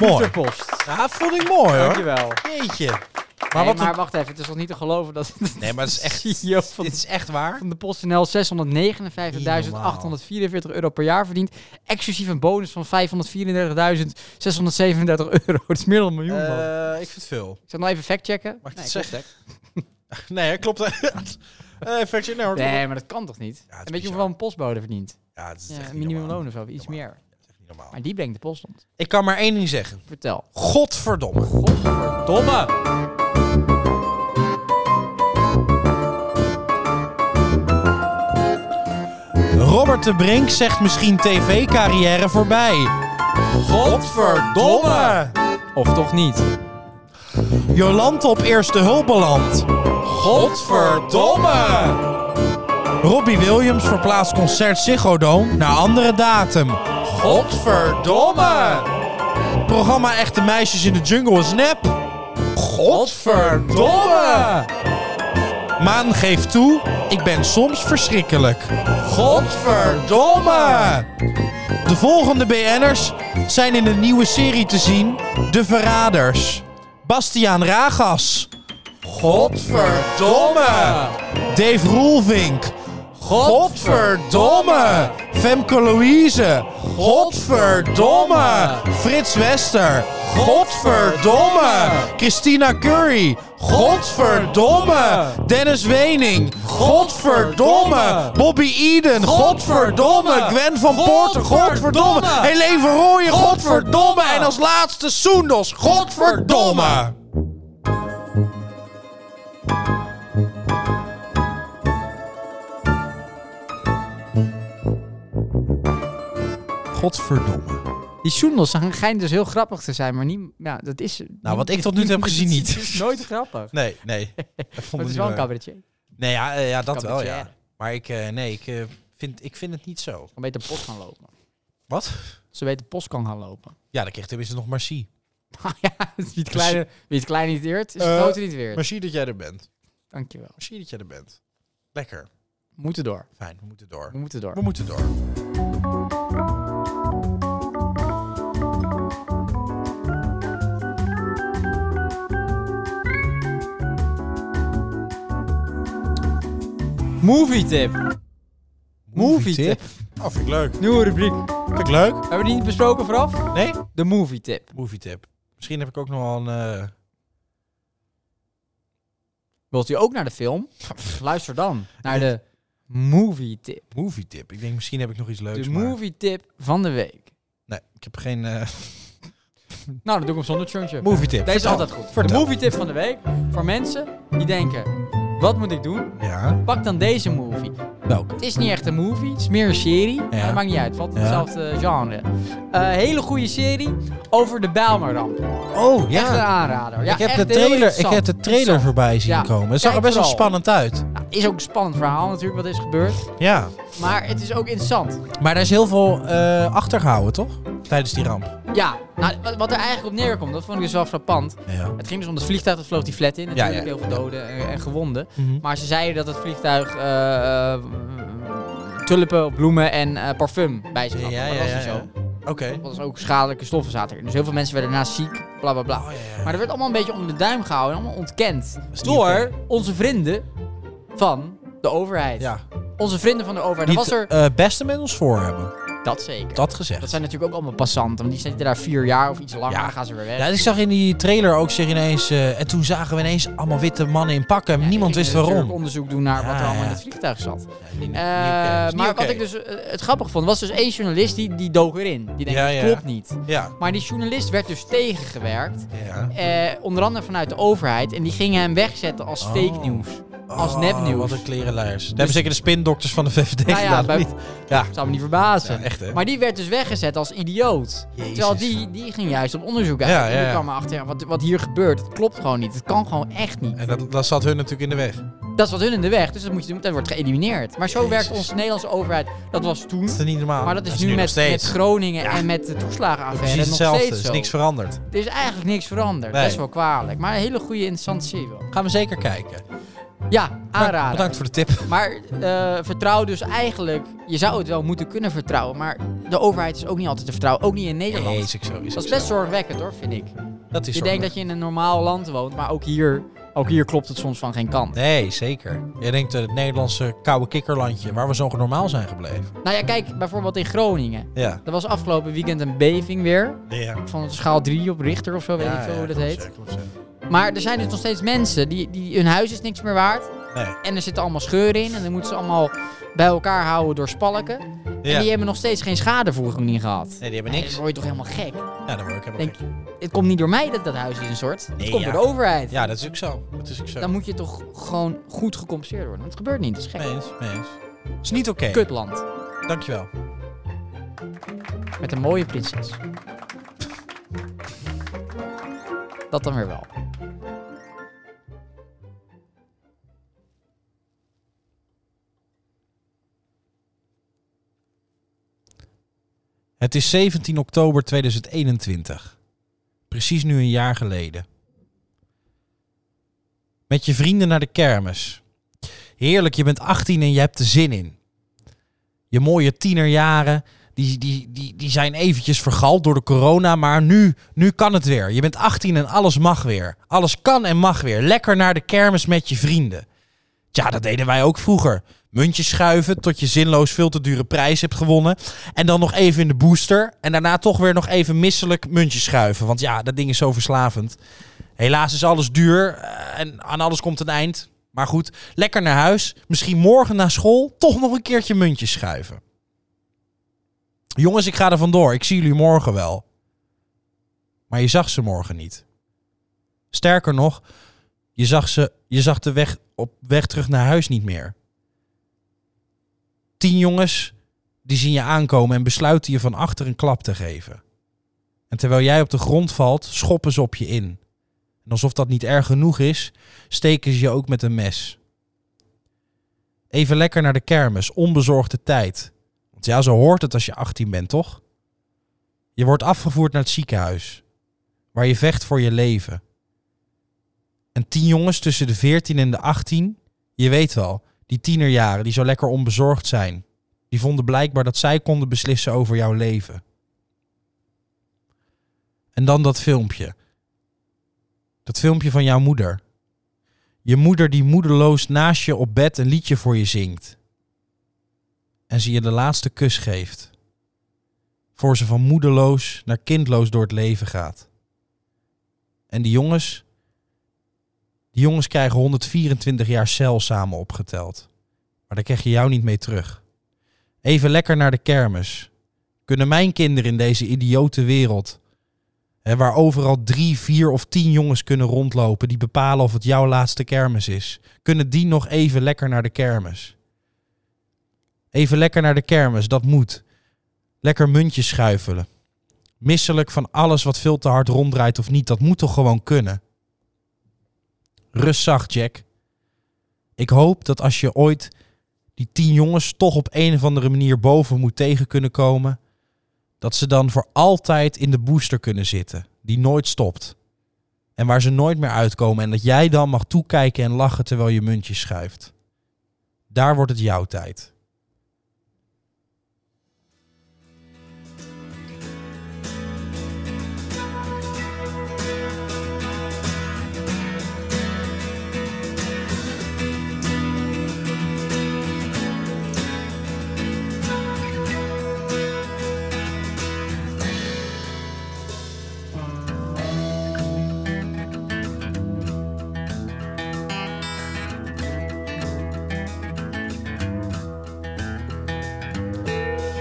A: mooi.
B: Pieter Post.
A: Ja, vond ik mooi hoor.
B: Dankjewel.
A: Jeetje. Maar
B: Maar,
A: wat
B: maar
A: een-
B: wacht even, het is nog niet te geloven dat
A: Nee, maar het is echt,
B: CEO van,
A: dit is echt waar.
B: van de PostNL 659.844 euro per jaar verdient. Exclusief een bonus van 534.637 euro. Dat is meer dan een miljoen, man.
A: Eh, ik vind het veel.
B: Ik zal nog even factchecken.
A: Mag ik
B: nee,
A: dat
B: klopt,
A: zeggen? Nee, hè, klopt. Eh, Fact nee, hoor.
B: hè? Nee, maar dat kan toch niet?
A: Ja, het is
B: en weet je
A: bizar.
B: hoeveel een postbode verdient?
A: Ja, het is
B: Ja,
A: echt niet normaal.
B: minimumloon of zo, iets
A: Normaal.
B: meer.
A: Dat is echt niet normaal.
B: Maar die brengt de post rond.
A: Ik kan maar één ding zeggen.
B: Vertel.
A: Godverdomme.
B: Godverdomme!
A: Robert de Brink zegt misschien tv-carrière voorbij. Godverdomme.
B: Of toch niet?
A: Jolante op eerste hulp belandt. Godverdomme. Robbie Williams verplaatst concert Ziggo Dome naar andere datum. Godverdomme. Programma Echte Meisjes in de Jungle is nep. Godverdomme. Maan geeft toe, ik ben soms verschrikkelijk. Godverdomme! De volgende BN'ers zijn in een nieuwe serie te zien: De Verraders. Bastiaan Ragas. Godverdomme! Dave Roelvink. Godverdomme! Femke Louise. Godverdomme! Frits Wester. Godverdomme! Christina Curry. Godverdomme! Dennis Wening. Godverdomme! Bobby Eden. Godverdomme! Gwen van Poorten. Godverdomme! Helene Rooyen. Godverdomme! En als laatste Soendos. Godverdomme! Godverdomme.
B: Die soendels schijnt dus heel grappig te zijn, maar niet... Ja, dat is...
A: Nou, wat ik tot nu toe heb gezien niet.
B: Het is nooit grappig.
A: Nee, nee. Ik
B: Maar
A: vond
B: het is
A: niet
B: wel een
A: leuk.
B: cabaretier.
A: Nee, ja, eh, ja dat wel, ja.
B: Cabaretier.
A: Maar ik, eh, nee, ik, eh, vind, ik vind het niet zo.
B: Kan beter post gaan lopen.
A: Wat?
B: Ze weten post kan gaan lopen. Nou
A: Ja, dan kreeg tenminste nog Marcie.
B: ja, wie het kleine, wie het kleine niet eert, is het
A: Eh,
B: grote niet weert.
A: Marcie dat jij er bent.
B: Dankjewel.
A: Marcie dat jij er bent. Lekker.
B: We moeten door.
A: Fijn, we moeten door.
B: We moeten door.
A: We moeten door.
B: Movie tip. Movie tip.
A: Oh, vind ik leuk.
B: Nieuwe rubriek.
A: Vind ik leuk.
B: Hebben we die niet besproken vooraf?
A: Nee?
B: De movie tip.
A: Movie tip. Misschien heb ik ook nog wel een... eh,
B: Wilt u ook naar de film? Luister dan naar de movie tip.
A: movie tip. Ik denk, misschien heb ik nog iets leuks.
B: De
A: maar-
B: movie tip van de week.
A: Nee, ik heb geen eh,
B: Nou, dan doe ik hem zonder tjontje.
A: movie tip.
B: Deze is
A: Vertel.
B: altijd goed.
A: Vertel.
B: De movie tip van de week voor mensen die denken: wat moet ik doen?
A: Ja,
B: Pak dan deze movie.
A: welke?
B: Het is niet echt een movie, het is meer een serie. Maar dat maakt niet uit, het valt
A: Ja.
B: in hetzelfde genre. Eh, hele goede serie over de Bijlmerramp.
A: Oh,
B: Echt een
A: ja.
B: aanrader. Ja,
A: ik, heb
B: echt
A: de
B: heel
A: trailer, ik
B: interessant.
A: heb de trailer
B: Interessant.
A: voorbij zien
B: Ja,
A: komen. Het zag er best
B: kijk
A: wel
B: vooral.
A: spannend uit.
B: Nou, is ook een spannend verhaal natuurlijk wat is gebeurd.
A: Ja.
B: Maar het is ook interessant.
A: Maar daar is heel veel eh achtergehouden, toch? Tijdens die ramp.
B: Ja, nou, wat- wat er eigenlijk op neerkomt, dat vond ik dus wel frappant.
A: Ja.
B: Het ging dus om het vliegtuig dat vloog die flat in. Natuurlijk
A: ja,
B: heel veel doden en, en gewonden.
A: Mhm.
B: Maar ze zeiden dat het vliegtuig eh, eh, tulpen, bloemen en eh, parfum bij zich had.
A: Ja,
B: maar
A: ja,
B: dat
A: ja,
B: was niet
A: ja.
B: zo.
A: Oké.
B: Dat was ook schadelijke stoffen zaten erin. Dus heel veel mensen werden daarna ziek, bla bla bla.
A: Oh, ja, ja.
B: Maar er werd allemaal een beetje onder de duim gehouden en allemaal ontkend.
A: is niet
B: Door
A: oké.
B: onze vrienden van de overheid.
A: ja.
B: Onze vrienden van de overheid.
A: Die
B: Dan was er...
A: het eh, beste met ons voor hebben.
B: Dat zeker.
A: Dat gezegd.
B: Dat zijn natuurlijk ook allemaal passanten. Want die zitten daar vier jaar of iets langer.
A: Ja.
B: Dan gaan ze weer weg.
A: Ja, ik zag in die trailer ook zich ineens... eh, en toen zagen we ineens allemaal witte mannen in pakken. en
B: Ja,
A: niemand
B: die
A: wist
B: gingen natuurlijk
A: waarom.
B: onderzoek doen naar
A: Ja,
B: wat er allemaal
A: ja.
B: in het vliegtuig zat.
A: Ja, niet- niet
B: Eh,
A: oké. Is niet
B: maar
A: oké.
B: wat ik dus eh, het grappig vond, was dus één journalist die, die dook erin. Die denkt,
A: Ja,
B: dat
A: ja.
B: klopt niet.
A: Ja.
B: Maar die journalist werd dus tegengewerkt.
A: ja.
B: eh, onder andere vanuit de overheid. En die gingen hem wegzetten als
A: Oh.
B: fake nieuws. Als
A: Oh,
B: nepnieuws.
A: Wat
B: Dus-
A: een klerenlijers. Dat hebben zeker de spindokters van de VVD
B: Nou ja,
A: gedaan.
B: bij-
A: niet? Ja.
B: Dat zou me niet verbazen.
A: Ja, echt, hè?
B: Maar die werd dus weggezet als idioot.
A: Jezus.
B: Terwijl die, die ging juist op onderzoek uit.
A: Ja,
B: en
A: ja,
B: die
A: ja.
B: kwam erachter, ja, wat, wat hier gebeurt, dat klopt gewoon niet. Dat kan gewoon echt niet.
A: En dat, dat zat hun natuurlijk in de weg. Dat
B: Dat zat hun in de weg, dus dat, moet je, doen. dat wordt geëlimineerd. Maar zo
A: Jezus.
B: werkt onze Nederlandse overheid. Dat was toen.
A: is niet normaal.
B: Maar dat is nu, met, met Groningen en met de toeslagenaffaire
A: Precies
B: nog
A: hetzelfde.
B: steeds
A: Er is
B: zo.
A: niks veranderd.
B: Er is eigenlijk niks veranderd.
A: Nee.
B: Best wel kwalijk. Maar een hele goede interessante serie wel.
A: Gaan we zeker kijken.
B: Ja, aanraden.
A: Bedankt voor de tip.
B: Maar eh, vertrouw dus eigenlijk... Je zou het wel moeten kunnen vertrouwen. Maar de overheid is ook niet altijd te vertrouwen. Ook niet in Nederland.
A: Jezus, ik zo.
B: Dat is best zorgwekkend hoor, vind ik.
A: Dat is
B: Je
A: zo.
B: denkt dat je in een normaal land woont, maar ook hier, ook hier klopt het soms van geen kant.
A: Nee, zeker. Jij denkt eh, het Nederlandse koude kikkerlandje, waar we zo normaal zijn gebleven.
B: Nou ja, kijk bijvoorbeeld in Groningen.
A: Ja.
B: Er was afgelopen weekend een beving weer.
A: Ja.
B: Van schaal 3 op Richter of zo, weet ik veel hoe dat
A: klopt,
B: heet.
A: ja, klopt, ja.
B: Maar er zijn dus nog steeds mensen die, die hun huis is niks meer waard.
A: Nee.
B: En er zitten allemaal scheuren in. En dan moeten ze allemaal bij elkaar houden door spalken. En
A: Ja.
B: die hebben nog steeds geen schadevergoeding gehad.
A: Nee, die hebben
B: Nee, Dan
A: niks.
B: word je toch helemaal gek?
A: Ja, daar word ik helemaal
B: Denk,
A: gek.
B: het komt niet door mij dat dat huis is een soort.
A: Nee,
B: het komt
A: ja.
B: door de overheid.
A: Ja, dat is ook zo. Dat is ook zo.
B: Dan moet je toch gewoon goed gecompenseerd worden. Want het gebeurt niet, dat is gek.
A: Mee eens, mee eens. Is niet oké.
B: Kutland.
A: Dankjewel.
B: Met een mooie prinses. Dat dan weer wel.
A: Het is 17 oktober 2021. Precies nu een jaar geleden. Met je vrienden naar de kermis. Heerlijk, je bent 18 en je hebt er zin in. Je mooie tienerjaren, die, die, die, die zijn eventjes vergald door de corona, maar nu, nu kan het weer. Je bent 18 en alles mag weer. Alles kan en mag weer. Lekker naar de kermis met je vrienden. Tja, dat deden wij ook vroeger. Muntjes schuiven tot je zinloos veel te dure prijs hebt gewonnen. En dan nog even in de booster. En daarna toch weer nog even misselijk muntjes schuiven. Want ja, dat ding is zo verslavend. Helaas is alles duur eh, en aan alles komt een eind. Maar goed, lekker naar huis. Misschien morgen na school toch nog een keertje muntjes schuiven. Jongens, ik ga er vandoor. Ik zie jullie morgen wel. Maar je zag ze morgen niet. Sterker nog, je zag, ze, je zag de weg op weg terug naar huis niet meer. Tien jongens die zien je aankomen en besluiten je van achter een klap te geven. En terwijl jij op de grond valt, schoppen ze op je in. En alsof dat niet erg genoeg is, steken ze je ook met een mes. Even lekker naar de kermis, onbezorgde tijd. Want ja, zo hoort het als je 18 bent, toch? Je wordt afgevoerd naar het ziekenhuis, waar je vecht voor je leven. En tien jongens tussen de 14 en de 18, je weet wel, die tienerjaren die zo lekker onbezorgd zijn, die vonden blijkbaar dat zij konden beslissen over jouw leven. En dan dat filmpje. Dat filmpje van jouw moeder. Je moeder die moedeloos naast je op bed een liedje voor je zingt. En ze je de laatste kus geeft. Voor ze van moedeloos naar kindloos door het leven gaat. En die jongens. Die jongens krijgen 124 jaar cel samen opgeteld. Maar daar krijg je jou niet mee terug. Even lekker naar de kermis. Kunnen mijn kinderen in deze idiote wereld Hè, waar overal drie, vier of tien jongens kunnen rondlopen die bepalen of het jouw laatste kermis is. Kunnen die nog even lekker naar de kermis? Even lekker naar de kermis, dat moet. Lekker muntjes schuifelen. Misselijk van alles wat veel te hard ronddraait of niet, dat moet toch gewoon kunnen? Rust zacht, Jack. Ik hoop dat als je ooit die tien jongens toch op een of andere manier boven moet tegen kunnen komen, dat ze dan voor altijd in de booster kunnen zitten, die nooit stopt. En waar ze nooit meer uitkomen en dat jij dan mag toekijken en lachen terwijl je muntjes schuift. Daar wordt het jouw tijd.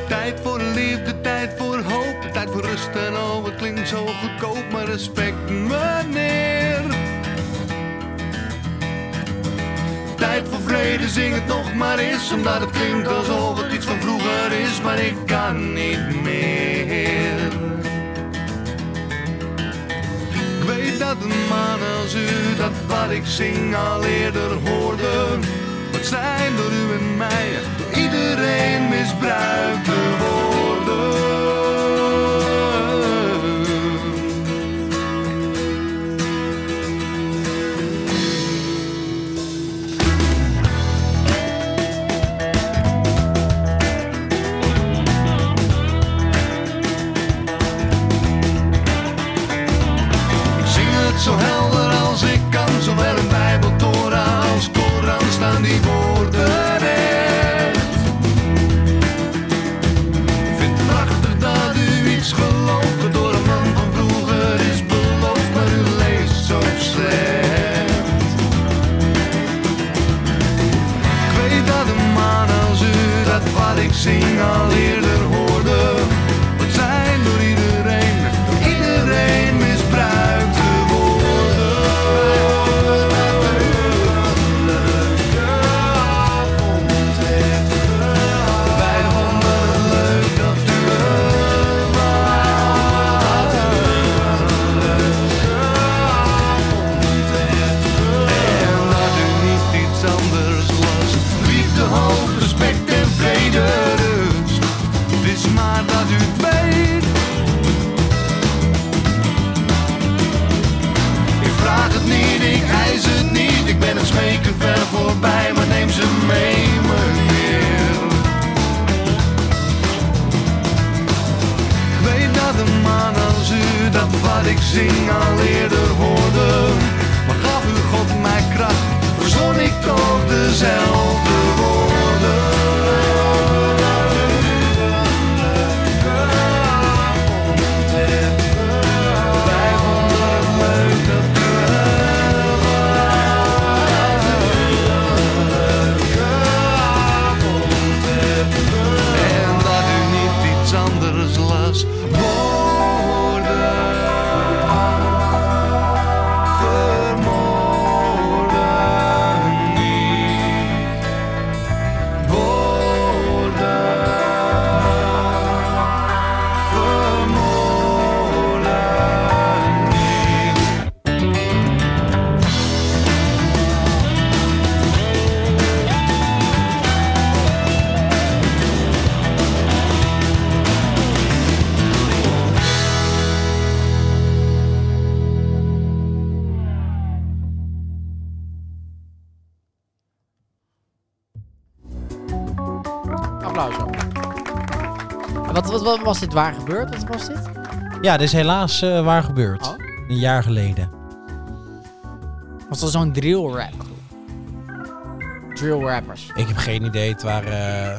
D: Tijd voor liefde, tijd voor hoop, tijd voor rust en oh, het klinkt zo goedkoop, maar respect meneer. Tijd voor vrede, zing het nog maar eens, omdat het klinkt alsof het iets van vroeger is, maar ik kan niet meer. Ik weet dat een man als u dat wat ik zing al eerder hoorde. Wat zijn door u en mij, door iedereen misbruikte woorden. Ik zing het zo helder als ik kan, zowel in Bijbel, Torah als Koran staan die woorden recht. Ik vind het prachtig dat u iets gelooft, dat door een man van vroeger is beloofd, maar u leest zo slecht. Ik weet dat een man als u dat wat ik zing al eerder hoorde. Wat zijn door iedereen, door iedereen misbruikte En laat u niet iets anders los. Liefde, hoop, respect en vrede rust. Het is maar dat u het weet. Ik vraag het niet, ik eis het niet. Ik ben het smeken ver voorbij, maar neem ze mee, meneer. Ik weet dat een man als u dat wat ik zing al eerder hoorde. Maar gaf u God mij kracht, verzon ik toch dezelfde woorden. Wij vonden het leuk dat En dat u niet iets anders las. Woorden vermoorden niet. Woorden vermoorden niet.
B: Applaus. En Wat, wat, wat was dit waar gebeurd? Wat was dit?
A: Ja, dit is helaas eh, waar gebeurd.
B: Oh.
A: Een jaar geleden.
B: Was dat zo'n drill rap? drill rappers?
A: Ik heb geen idee. Het waren, eh,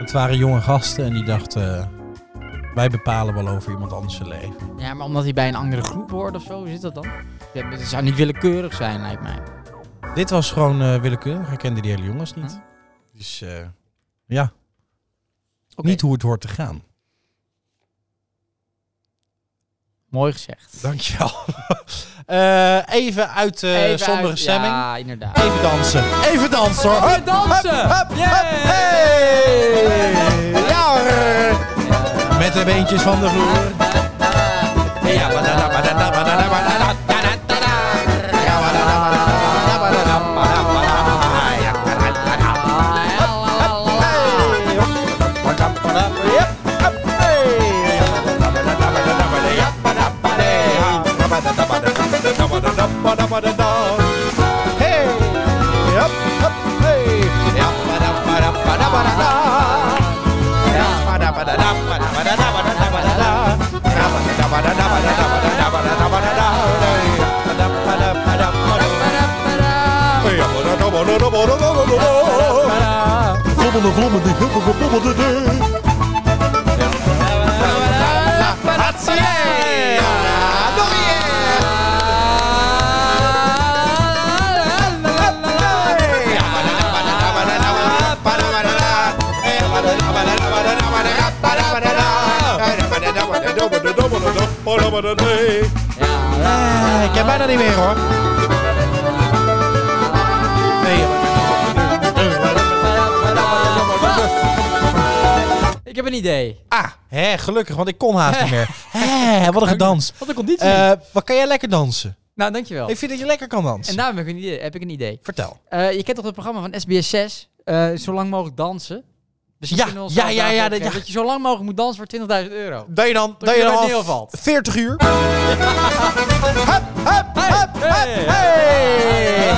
A: het waren jonge gasten en die dachten... eh, Wij bepalen wel over iemand anders zijn leven.
B: Ja, maar omdat hij bij een andere groep hoort of zo, hoe zit dat dan? Ja, maar Het zou niet willekeurig zijn, lijkt mij.
A: Dit was gewoon eh, willekeurig. Hij kende die hele jongens niet.
B: Hm.
A: Dus eh, ja,
B: Oké,
A: niet hoe het hoort te gaan.
B: Mooi gezegd.
A: Dankjewel. Eh even uit eh
B: Even
A: sombere
B: uit-
A: stemming.
B: Ja, inderdaad.
A: Even dansen. Even dansen hoor.
B: Even dansen!
A: Hup, hup, hup,
B: Yeah!
A: hey! Ja hoor. Met de beentjes van de vloer. Ja, badada, badada, badada, badada, tada, tada. Ja, badada, badada, badada, badada, badada.
B: Ah,
A: Ja, badada, hey! Badada, badada, yep, hup, hey! Ja, badada, badada, badada, badada, ja, badada, badada. Ja, badada, badada, badada, badada, badada. Hey, up, up, hey. Ja, bada, bada, bada, bada, da. Ja, bada, bada, da, bada, bada, da, bada, da, bada, da. Ja, bada, da, bada, da, bada, da, bada, da, bada, da, bada, da. Hey, bada, bada, bada, bada. Hey, ja, bada, da, bada, da, bada, da, da, da. Vlommelde, vlommelde, huppelde, pommelde, de. Ja, bada, bada, bada, bada, bada. Hatsie, hey. Ja, nog een keer. Eh, Ik heb bijna niet meer hoor. Nee.
B: Ik heb een idee.
A: Ah, hè, gelukkig, want ik kon haast niet meer. Hè, wat een gedans.
B: Wat een conditie.
A: Eh, wat kan jij lekker dansen?
B: nou, dankjewel.
A: Ik vind dat je lekker kan
B: En nou-
A: dansen.
B: daarom heb ik een idee. Heb ik een idee.
A: Vertel.
B: Eh, je kent toch het programma van SBS6? eh zo lang mogelijk dansen. Misschien
A: Ja,
B: kunnen we ons
A: ja,
B: daar
A: ja,
B: daarvoor
A: ja,
B: opgeven
A: dat- ja.
B: Dat je zo lang mogelijk moet dansen voor 20.000 euro.
A: Dat je dan, dat
B: je
A: je
B: eruit
A: dan al
B: neervalt.
A: 40 uur. Hup, hup, hup, hup, hey.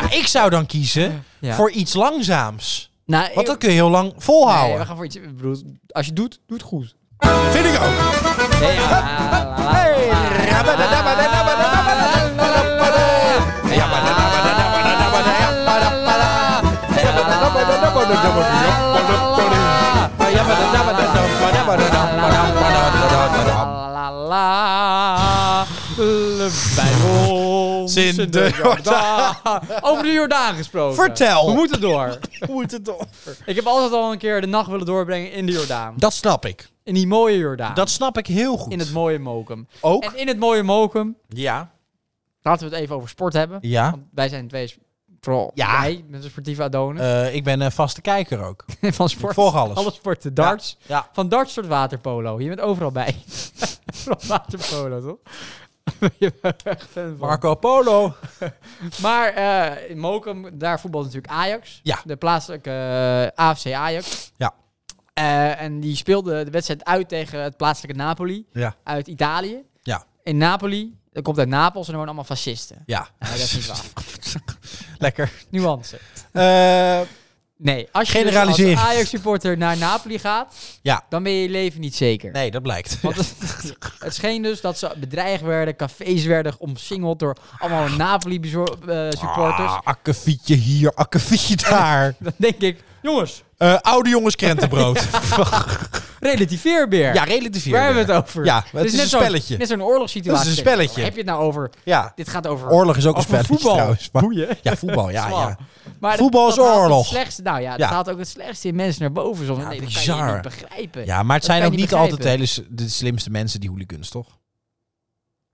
A: Ja, ik zou dan kiezen
B: Ja.
A: voor iets langzaams.
B: Nou,
A: Want
B: ik-
A: dat kun je heel lang
B: nee,
A: volhouden.
B: we gaan voor iets. Ik bedoel, als je het doet, doe het goed.
A: Vind ik ook.
B: Bij de Jordaan. Over de Jordaan gesproken.
A: Vertel.
B: We moeten door.
A: Moet het over.
B: Ik heb altijd al een keer de nacht willen doorbrengen in de Jordaan.
A: Dat snap ik.
B: In die mooie Jordaan.
A: Dat snap ik heel goed.
B: in het mooie Mokum.
A: Ook?
B: En in het mooie Mokum,
A: Ja.
B: laten we het even over sport hebben.
A: Ja.
B: Want wij zijn twee, sp- vooral
A: Ja.
B: jij, met een sportieve adonis.
A: Eh, ik ben een vaste kijker ook.
B: van sport.
A: Eh, volg alles.
B: Alle sporten. Darts.
A: Ja.
B: Van darts tot waterpolo. Je bent overal bij. Vooral waterpolo, toch? Je bent er echt fan van.
A: Marco Polo.
B: Maar eh, in Mokum, daar voetbalt natuurlijk Ajax.
A: Ja.
B: De plaatselijke eh, AFC Ajax.
A: Ja.
B: Eh, en die speelde de wedstrijd uit tegen het plaatselijke Napoli.
A: Ja.
B: Uit Italië.
A: Ja.
B: In Napoli, dat komt uit Napels en er wonen allemaal fascisten.
A: Ja.
B: Nee, dat is niet waar.
A: Lekker.
B: Nuance.
A: Eh,
B: Nee, als je dus als
A: Generaliseren.
B: Ajax-supporter naar Napoli gaat,
A: Ja.
B: dan ben je je leven niet zeker.
A: nee, dat blijkt.
B: Want het, het scheen dus dat ze bedreigd werden, cafés werden omsingeld door allemaal eh, Napoli-supporters.
A: Ah, akkefietje hier, akkefietje daar.
B: Dan denk ik, jongens,
A: Eh, oude jongens krentenbrood.
B: relativeer weer.
A: ja, relatief.
B: Waar hebben we het over?
A: Ja, het is
B: net
A: een
B: zo'n-
A: spelletje.
B: Net zo'n oorlogssituatie.
A: Het is een spelletje.
B: Heb je het nou over...
A: Ja.
B: Dit gaat over...
A: Oorlog is ook een
B: over
A: spelletje
B: voetbal.
A: trouwens. maar-
B: Boeien.
A: ja, voetbal, ja,
B: Sla.
A: ja.
B: Maar
A: Voetbal
B: dat-
A: is
B: dat haalt het
A: oorlog.
B: Slechtste, nou ja, dat
A: Ja.
B: haalt ook het slechtste in mensen naar boven. Soms.
A: Ja,
B: nee, dat kan je
A: bizar.
B: niet begrijpen.
A: Ja, maar het
B: Dat
A: zijn
B: kan
A: ook
B: je
A: niet
B: niet
A: altijd
B: begrijpen.
A: hele, s- de slimste mensen, die hooligans, toch?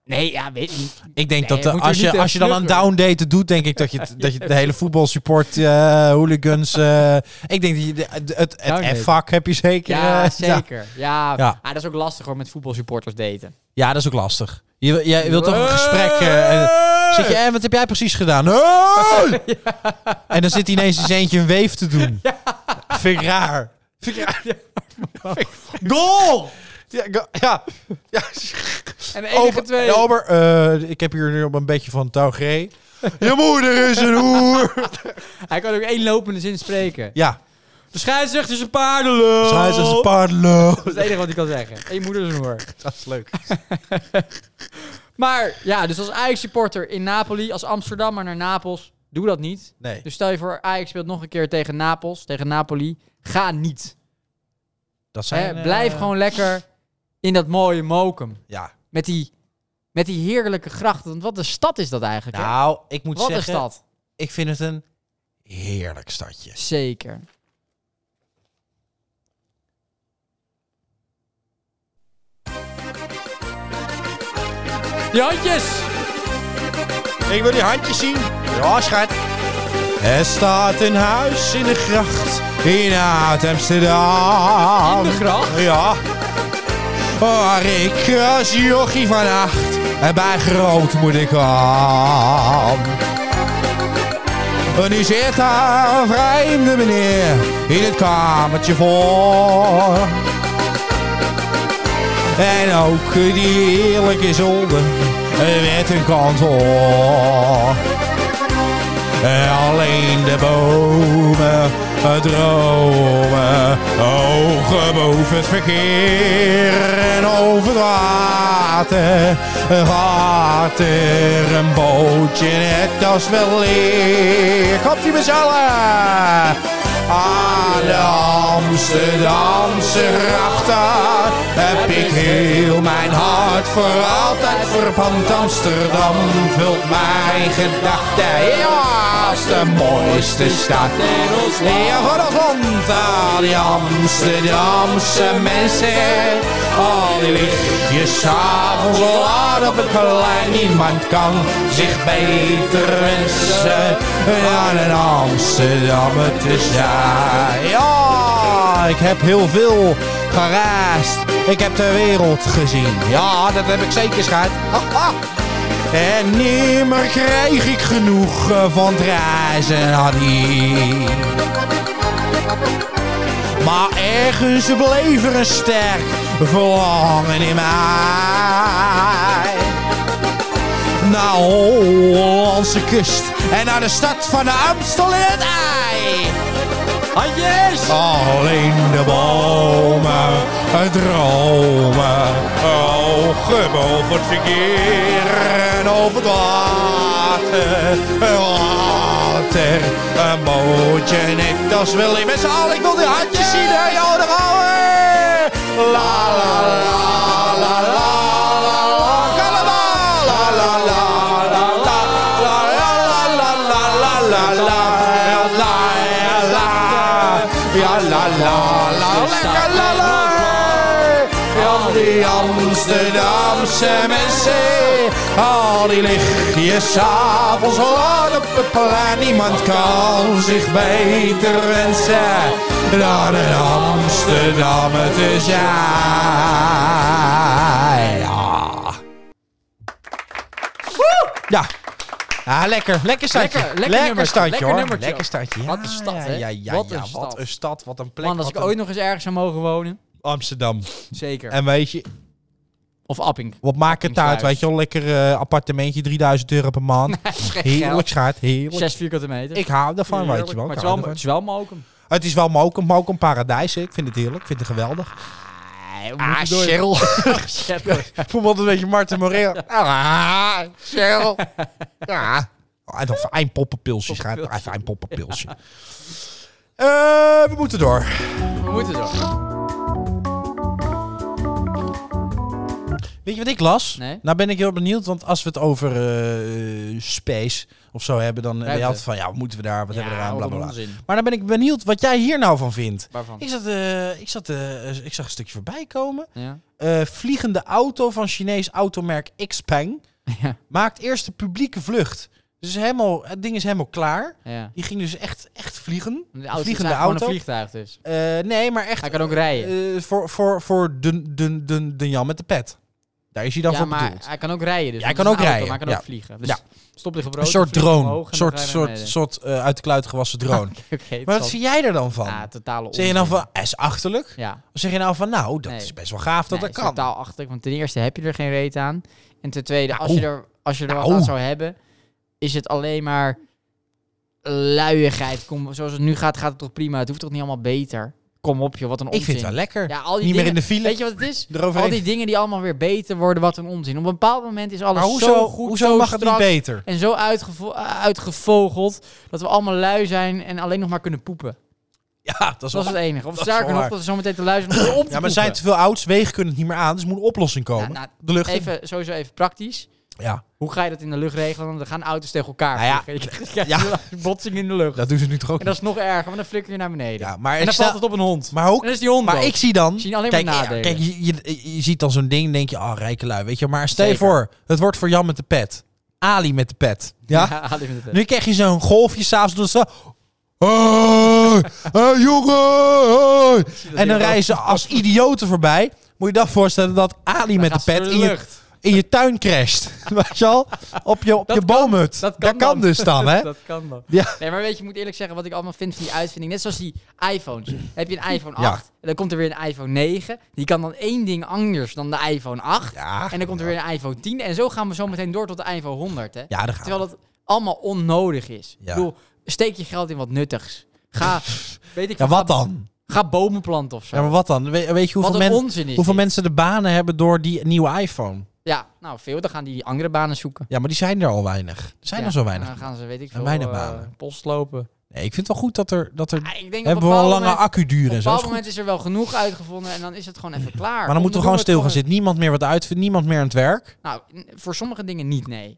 B: Nee, ja, weet ik niet.
A: Ik denk
B: Nee,
A: dat eh,
B: moet je
A: als,
B: niet,
A: je,
B: eh,
A: als je dan aan
B: vlugger.
A: downdaten doet, denk ik dat je, t- dat je de hele voetbalsupport, eh, hooligans... eh, ik denk dat je de- de- het, het
B: Downdaten.
A: F-vak heb je zeker.
B: Ja,
A: eh,
B: zeker. Ja.
A: Ja.
B: Ah, dat is ook lastig hoor, met voetbalsupporters daten.
A: Ja, dat is ook lastig. Je, jij wilt toch een
B: Hey!
A: gesprek... eh, en- zit je, eh, wat heb jij precies gedaan? Hey! En dan zit hij ineens eens eentje een weef te doen. Vind ik raar. Vind ik raar. Goal! Ja, go- ja.
B: En de
A: Ober,
B: enige twee...
A: en Ober, eh, ik heb hier nu op een beetje van Taugé. Je moeder is een hoer.
B: Hij kan ook één lopende zin spreken.
A: Ja.
B: De scheidsrechter is een paardenlul.
A: Zij is een paardelo.
B: Dat is het enige wat hij kan zeggen. En je moeder is een hoor.
A: Dat is leuk.
B: Maar ja, dus als Ajax-supporter in Napoli, als Amsterdammer naar Napels, Doe dat niet.
A: Nee.
B: Dus stel je voor, Ajax speelt nog een keer tegen Napels, tegen Napoli. Ga niet.
A: Dat
B: Hè,
A: zijn, eh,
B: blijf gewoon lekker in dat mooie Mokum.
A: Ja.
B: Met die, met die heerlijke grachten. Want wat een stad is dat eigenlijk, hè?
A: Nou, ik moet
B: Wat een
A: zeggen,
B: stad.
A: ik vind het een heerlijk stadje.
B: Zeker. Die handjes!
A: Ik wil die handjes zien. Ja, schat. Er staat een huis in de gracht in Amsterdam.
B: In de gracht?
A: Ja. Waar ik als jochie van acht en bij grootmoeder kwam. En nu zit daar een vreemde meneer in het kamertje voor. En ook die heerlijke zolder eh, werd een kantoor. En Eh, alleen de bomen eh, dromen, ogen boven het verkeer en over het water. eh, Gaat er een bootje net als wel leer. Komt ie mezelf! Aan de Amsterdamse grachten heb ik heel mijn hart voor altijd verpand. Amsterdam vult mijn gedachten. Ja, is de mooiste stad in ons land. Ja, van ons land. Al die Amsterdamse mensen. Al die lichtjes s'avonds laat op het plein. Niemand kan zich beter wensen dan een Amsterdammer te zijn. Ja, ik heb heel veel gereisd. Ik heb de wereld gezien. Ja, dat heb ik zeker schat. Ah, ah. En nimmer krijg ik genoeg eh, van het reizen, Hadi. Maar ergens bleef er een sterk verlangen in mij. Naar Hollandse kust en naar de stad van de Amstel in het ei. Handjes! Alleen de bomen, het dromen, ogen boven het verkeer en over het water, water. Een bootje net als Willy met z'n allen, ik wil die handjes zien, hè, joh, daar gaan we! La la la la la la la, Calabas! La la la la la la la la la la la la la la la. Ja, la la la lekker la la. Al die Amsterdamse mensen, al die lichtjes s'avonds laat op het plein. ah, Niemand kan zich beter wensen dan een Amsterdammer te zijn. Ja. Ja. Ja, lekker. Lekker standje.
B: Lekker, lekker nummertje,
A: standje,
B: lekker
A: hoor.
B: nummertje.
A: Lekker standje. Ja,
B: Wat een stad,
A: ja,
B: hè?
A: Ja, ja,
B: Wat
A: ja,
B: een
A: Wat
B: stad.
A: een stad. Wat een plek.
B: Man, als ik
A: wat
B: ooit
A: een-
B: nog eens ergens zou mogen wonen.
A: Amsterdam.
B: Zeker.
A: En weet je,
B: of Apping.
A: wat maakt het uit?
B: Appinghuis.
A: Weet je wel, lekker eh, appartementje, 3000 euro per maand. heerlijk schaart, heerlijk.
B: Zes vierkante meter.
A: Ik hou ervan,
B: Heerlijk.
A: weet je wel.
B: Maar
A: Ik
B: het is
A: hou
B: wel,
A: ervan.
B: het is wel mokum.
A: Het is wel Mokum, Mokum Paradijs. hè. Ik vind het heerlijk, ik vind het geweldig.
B: Ah,
A: Cheryl.
B: Cheryl.
A: Ik voel me altijd een beetje Marten Moreel. Ah, Cheryl. Ja. Oh, En dan fijn poppenpilsje. Schrijf maar fijn poppenpilsje. Eh, we moeten door.
B: We moeten zo.
A: Weet je wat ik las?
B: Nee.
A: Nou ben ik heel benieuwd, want als we het over eh, space of zo hebben, dan ben je
B: Ruimte.
A: altijd van, ja, wat moeten we daar, wat hebben we eraan,
B: wat
A: bla
B: een
A: bla bla.
B: onzin.
A: Maar dan ben ik benieuwd wat jij hier nou van vindt.
B: Waarvan?
A: Ik, zat, eh, ik, zat, eh, ik zag een stukje voorbij komen.
B: Ja.
A: Eh, vliegende auto van Chinees automerk Xpeng
B: Ja.
A: maakt eerst de publieke vlucht. Dus helemaal, het ding is helemaal klaar.
B: ja.
A: Die ging dus echt, echt vliegen.
B: De
A: Een
B: auto is
A: vliegende
B: eigenlijk gewoon
A: auto.
B: een vliegtuig dus.
A: Eh, nee, maar echt
B: Hij kan ook rijden.
A: eh, voor, voor, voor de, de, de, de Jan met de pet. Daar is hij dan
B: ja,
A: voor
B: maar
A: bedoeld.
B: hij kan ook rijden. Dus
A: Ja, hij kan
B: want het
A: ook
B: is een
A: rijden,
B: Maar hij kan
A: ja.
B: ook vliegen. Dus
A: Ja.
B: stop liggen brood.
A: Een soort drone. Een soort, soort, soort eh, uit de kluit gewassen drone. maar wat vind jij er dan van?
B: Ah, totale
A: zeg je
B: onzin.
A: nou van, "Eh, is achterlijk?
B: Ja,
A: Of zeg je nou van, nou, dat
B: Nee.
A: is best wel gaaf dat
B: nee,
A: dat
B: is
A: kan?
B: totaal achterlijk. Want ten eerste heb je er geen reet aan. En ten tweede, als
A: Au.
B: je er, als je er wat
A: Au.
B: aan zou hebben, is het alleen maar luiigheid. Kom, zoals het nu gaat, gaat het toch prima. Het hoeft toch niet allemaal beter? kom op, joh, wat een onzin.
A: Ik vind het wel lekker.
B: Ja, al die
A: Niet meer in
B: dingen-
A: de file.
B: Weet je wat het is?
A: Eroverheen.
B: Al die dingen die allemaal weer beter worden, wat een onzin. Op een bepaald moment is alles
A: maar
B: zo
A: hoezo,
B: goed,
A: hoezo
B: zo
A: mag het niet
B: strak
A: beter?
B: en zo uitgevo- uitgevogeld dat we allemaal lui zijn en alleen nog maar kunnen poepen.
A: Ja, dat is
B: Dat was
A: wel...
B: het enige. Of
A: dat is wel
B: sterker nog,
A: waar.
B: dat we zo meteen te luisteren
A: Ja,
B: om op te
A: maar
B: poepen.
A: er zijn te veel ouds, wegen kunnen het niet meer aan, dus er moet een oplossing komen.
B: Nou, nou,
A: de lucht in.
B: Even, sowieso even praktisch.
A: Ja,
B: Hoe ga je dat in de lucht regelen? Want dan gaan auto's tegen elkaar
A: Nou ja.
B: vliegen. Je krijgt- je
A: Ja.
B: krijgt een botsing in de lucht.
A: dat doen ze nu toch ook
B: En dat is nog erger, want dan flikker je naar beneden.
A: Ja, maar
B: en dan
A: ik sta-
B: valt het op een hond.
A: Maar ook,
B: En dan is die hond
A: maar
B: dood.
A: ik zie dan...
B: Zien alleen maar
A: kijk, ja,
B: nadelen.
A: kijk je, je, je ziet dan zo'n ding denk je, ah, rijke lui, weet je. Maar stel je
B: Zeker.
A: voor, het wordt voor Jan met de pet. Ali met de pet. Ja?
B: Ali vindt het-
A: Nu krijg je zo'n golfje s'avonds door de Hoi, hey, jongen, hoi. En dan rijden ze als idioten voorbij. Moet je je dat voorstellen dat Ali met de
B: gaat ze
A: pet
B: door
A: in je,
B: lucht.
A: in je tuin crasht. Weet je al? Op je, op
B: Dat
A: je
B: kan-
A: boomhut.
B: dat kan
A: kan
B: dan.
A: dus dan, hè?
B: Dat kan dan.
A: Ja.
B: Nee, maar weet je, ik moet eerlijk zeggen wat ik allemaal vind van die uitvinding. Net zoals die iPhones. Dan Heb je een iPhone 8
A: Ja.
B: en dan komt er weer een iPhone 9. Die kan dan één ding anders dan de iPhone 8.
A: Ja,
B: En dan komt er weer een iPhone 10. En zo gaan we zo meteen door tot de iPhone 100. Hè?
A: ja, daar gaan we.
B: Terwijl dat allemaal onnodig is.
A: Ja.
B: Ik bedoel, steek je geld in wat nuttigs. Ga, weet ik
A: Ja,
B: veel,
A: wat
B: ga-
A: dan?
B: Ga bomen planten of zo.
A: Ja, maar wat dan? We- weet je hoeveel,
B: wat een
A: men-
B: onzin is
A: hoeveel
B: dit.
A: mensen de banen hebben door die nieuwe iPhone?
B: Ja, nou veel. Dan gaan die andere banen zoeken.
A: Ja, maar die zijn er al weinig. Er zijn
B: Ja,
A: er zo weinig.
B: Dan gaan ze, weet ik
A: En
B: veel,
A: weinig
B: eh,
A: banen.
B: post lopen.
A: Nee, ik vind het wel goed dat er... Dat er
B: Ah, ik
A: hebben
B: denk op
A: we
B: een
A: wel
B: bepaald
A: lange
B: moment-
A: accuduur
B: Op
A: en
B: een
A: zo. Dat
B: bepaald
A: is goed.
B: moment is er wel genoeg uitgevonden en dan is het gewoon even klaar.
A: Maar dan moeten we gewoon stil gaan zitten. Niemand meer wat uitvindt. Niemand meer aan het werk.
B: Nou, n- voor sommige dingen niet, nee.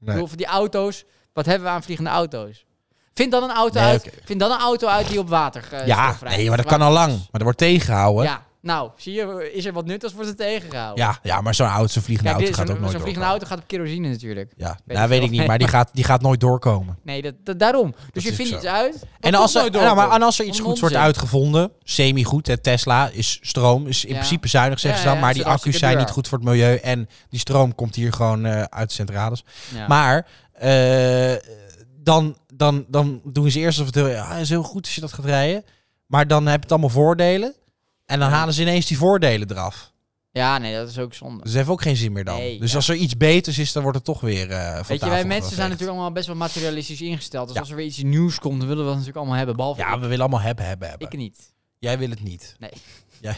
B: Ik bedoel, voor die auto's, wat hebben we aan vliegende auto's? Vind dan een auto,
A: Nee,
B: uit,
A: oké.
B: vind dan een auto uit die op water eh,
A: Ja,
B: stofrijdt.
A: nee, maar dat kan al lang. Maar dat wordt tegengehouden. Ja,
B: Ja, nou, zie je, is er wat nuttigs voor ze tegengehouden?
A: ja, maar zo'n auto, zo'n vliegende
B: Kijk, dit
A: auto
B: is
A: gaat
B: een-
A: ook nooit
B: zo'n
A: doorkomen.
B: vliegende auto gaat op kerosine natuurlijk.
A: Ja,
B: Weet
A: daar
B: ik
A: weet ik
B: veel.
A: niet. Maar die gaat, die gaat nooit doorkomen.
B: Nee, dat, dat- daarom. Dus je
A: is
B: vindt
A: zo.
B: iets uit.
A: En als, er, nou, maar, en als er iets goeds wordt
B: uit.
A: uitgevonden, semi-goed, hè, Tesla is stroom, is in
B: Ja.
A: principe zuinig, zeggen
B: Ja,
A: ze dan.
B: ja,
A: maar die
B: het zit
A: accu's
B: hartstikke
A: zijn
B: duur.
A: niet goed voor het milieu. En die stroom komt hier gewoon eh, uit de centrales.
B: Ja.
A: Maar eh, dan, dan, dan doen ze eerst alsof het heel, ja, is heel goed als je dat gaat rijden. Maar dan heb je het allemaal voordelen. En dan halen ze ineens die voordelen eraf.
B: Ja, nee, dat is ook zonde.
A: Dus dat heeft ook geen zin meer dan.
B: Nee,
A: dus
B: ja.
A: als er iets beters is, dan wordt het toch weer eh van
B: Weet je,
A: tafel
B: wij mensen zijn
A: geveegd.
B: natuurlijk allemaal best wel materialistisch ingesteld. Dus
A: Ja.
B: als er weer iets nieuws komt, dan willen we dat natuurlijk allemaal hebben. Behalve
A: Ja,
B: ik.
A: we willen allemaal hebben, hebben, hebben.
B: ik niet.
A: Jij wil het niet.
B: Nee.
A: Jij,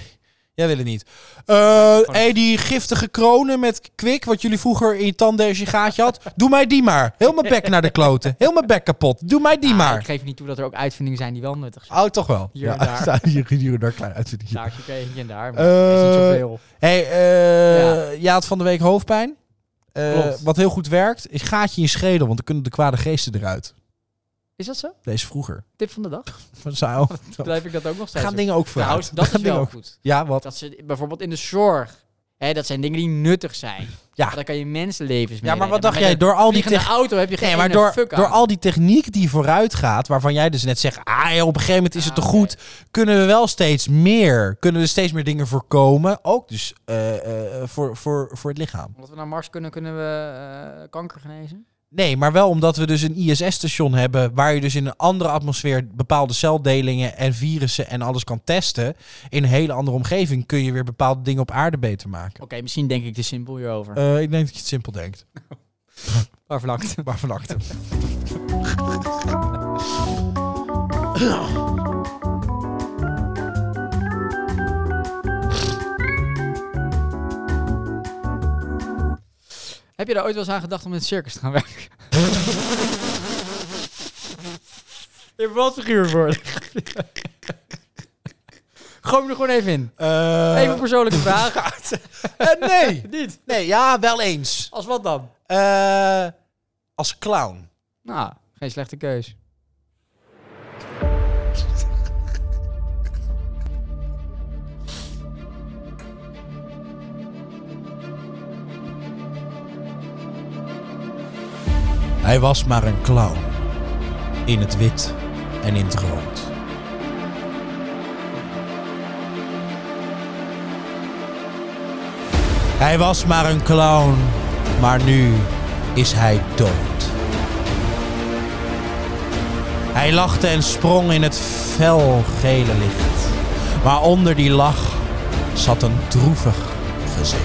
A: jij wil het niet. Eh hey, die giftige kronen met kwik, wat jullie vroeger in je tandendeusje gaatje had. Doe mij die maar. Heel mijn bek naar de kloten. Heel mijn bek kapot. Doe mij die
B: Ah,
A: maar.
B: Ik geef niet toe dat er ook uitvindingen zijn die wel nuttig zijn.
A: Oh, toch wel.
B: Hier en daar.
A: staan hier, hier en daar klein uit.
B: Daar zit er eentje en daar, maar
A: Eh,
B: dat is niet zoveel.
A: Hey, eh
B: Ja.
A: ja. had van de week hoofdpijn. Eh,
B: Klopt.
A: wat heel goed werkt, is gaatje in je schedel, want dan kunnen de kwade geesten eruit.
B: Is dat zo?
A: Deze vroeger.
B: Tip van de dag?
A: Van zou.
B: Blijf ik dat ook nog steeds
A: Gaan
B: doen?
A: dingen ook
B: Nou,
A: vooruit.
B: dat
A: Gaan
B: is
A: dingen
B: wel
A: ook-
B: goed.
A: Ja, wat?
B: Dat ze bijvoorbeeld in de zorg. Hè, dat zijn dingen die nuttig zijn.
A: Ja.
B: Daar kan je mensenlevens mee
A: Ja, maar wat
B: redden.
A: dacht jij?
B: met
A: Door al
B: een
A: die
B: vliegende auto heb je geen
A: Nee, maar
B: ene
A: door,
B: fuck
A: door
B: aan.
A: al die techniek die vooruit gaat, waarvan jij dus net zegt, ah, joh, op een gegeven moment is het
B: Ah,
A: te goed, kunnen we wel steeds meer, kunnen we steeds meer dingen voorkomen, ook dus eh, eh, voor, voor, voor het lichaam.
B: Omdat we naar Mars kunnen, kunnen we eh, kanker genezen.
A: Nee, maar wel omdat we dus een ISS-station hebben, waar je dus in een andere atmosfeer bepaalde celdelingen en virussen en alles kan testen. In een hele andere omgeving kun je weer bepaalde dingen op aarde beter maken.
B: Oké, misschien denk ik te simpel hierover.
A: Eh, ik denk dat je het simpel denkt.
B: Waar vlakt.
A: Maar vannacht.
B: Heb je daar ooit wel eens aan gedacht om in het circus te gaan werken? je hebt wel figuur worden. Gooi me er gewoon even in.
A: Eh,
B: Even persoonlijke vraag.
A: eh, nee.
B: Niet.
A: Nee, ja, wel eens.
B: Als wat dan?
A: Eh, als clown.
B: Nou, geen slechte keus.
A: Hij was maar een clown. In het wit en in het rood. Hij was maar een clown, maar nu is hij dood. Hij lachte en sprong in het felgele licht. Maar onder die lach zat een droevig gezicht.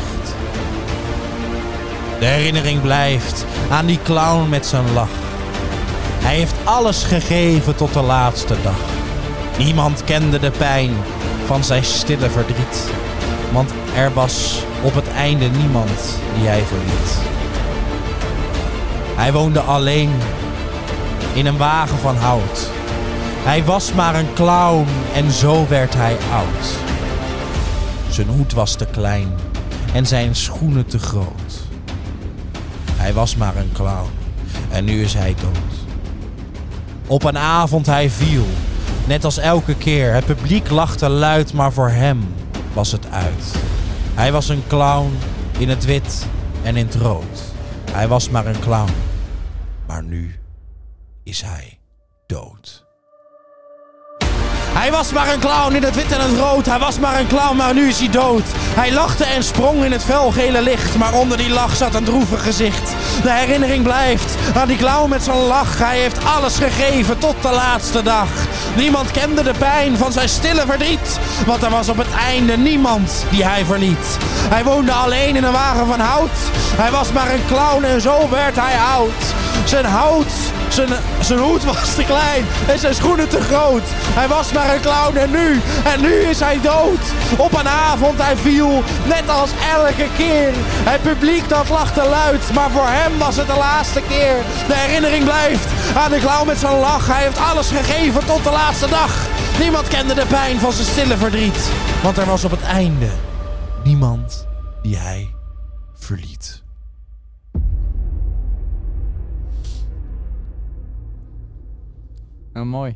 A: De herinnering blijft aan die clown met zijn lach. Hij heeft alles gegeven tot de laatste dag. Niemand kende de pijn van zijn stille verdriet. Want er was op het einde niemand die hij verliet. Hij woonde alleen in een wagen van hout. Hij was maar een clown en zo werd hij oud. Zijn hoed was te klein en zijn schoenen te groot. Hij was maar een clown en nu is hij dood. Op een avond hij viel, net als elke keer. Het publiek lachte luid, maar voor hem was het uit. Hij was een clown in het wit en in het rood. Hij was maar een clown, maar nu is hij dood. Hij was maar een clown in het wit en het rood. Hij was maar een clown, maar nu is hij dood. Hij lachte en sprong in het felgele licht. Maar onder die lach zat een droevig gezicht. De herinnering blijft aan die clown met zijn lach. Hij heeft alles gegeven tot de laatste dag. Niemand kende de pijn van zijn stille verdriet. Want er was op het einde niemand die hij verliet. Hij woonde alleen in een wagen van hout. Hij was maar een clown en zo werd hij oud. Zijn hout zijn, zijn hoed was te klein en zijn schoenen te groot. Hij was maar een clown en nu, en nu is hij dood. Op een avond hij viel, net als elke keer. Het publiek dat lachte luid, maar voor hem was het de laatste keer. De herinnering blijft aan de clown met zijn lach. Hij heeft alles gegeven tot de laatste dag. Niemand kende de pijn van zijn stille verdriet. Want er was op het einde niemand die hij verliet.
B: Nou, mooi.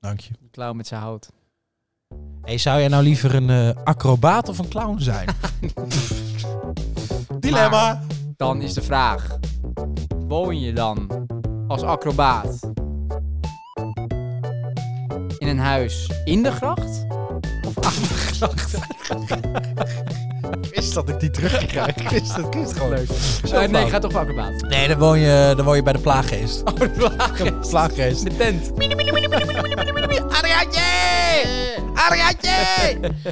A: Dank je.
B: De clown met zijn hout.
A: Hey, zou jij nou liever een eh, acrobaat of een clown zijn? Dilemma.
B: Dan is de vraag: woon je dan als acrobaat in een huis in de gracht? Of aan de gracht?
A: Ik wist dat ik die terugkrijg. Ik wist dat het gewoon leuk.
B: Eh, nee, ga toch voor acrobaat.
A: Nee, dan woon, je, dan woon je bij de plaaggeest. Oh, de plaaggeest.
B: In de tent.
A: Adriaatje! Adriaatje!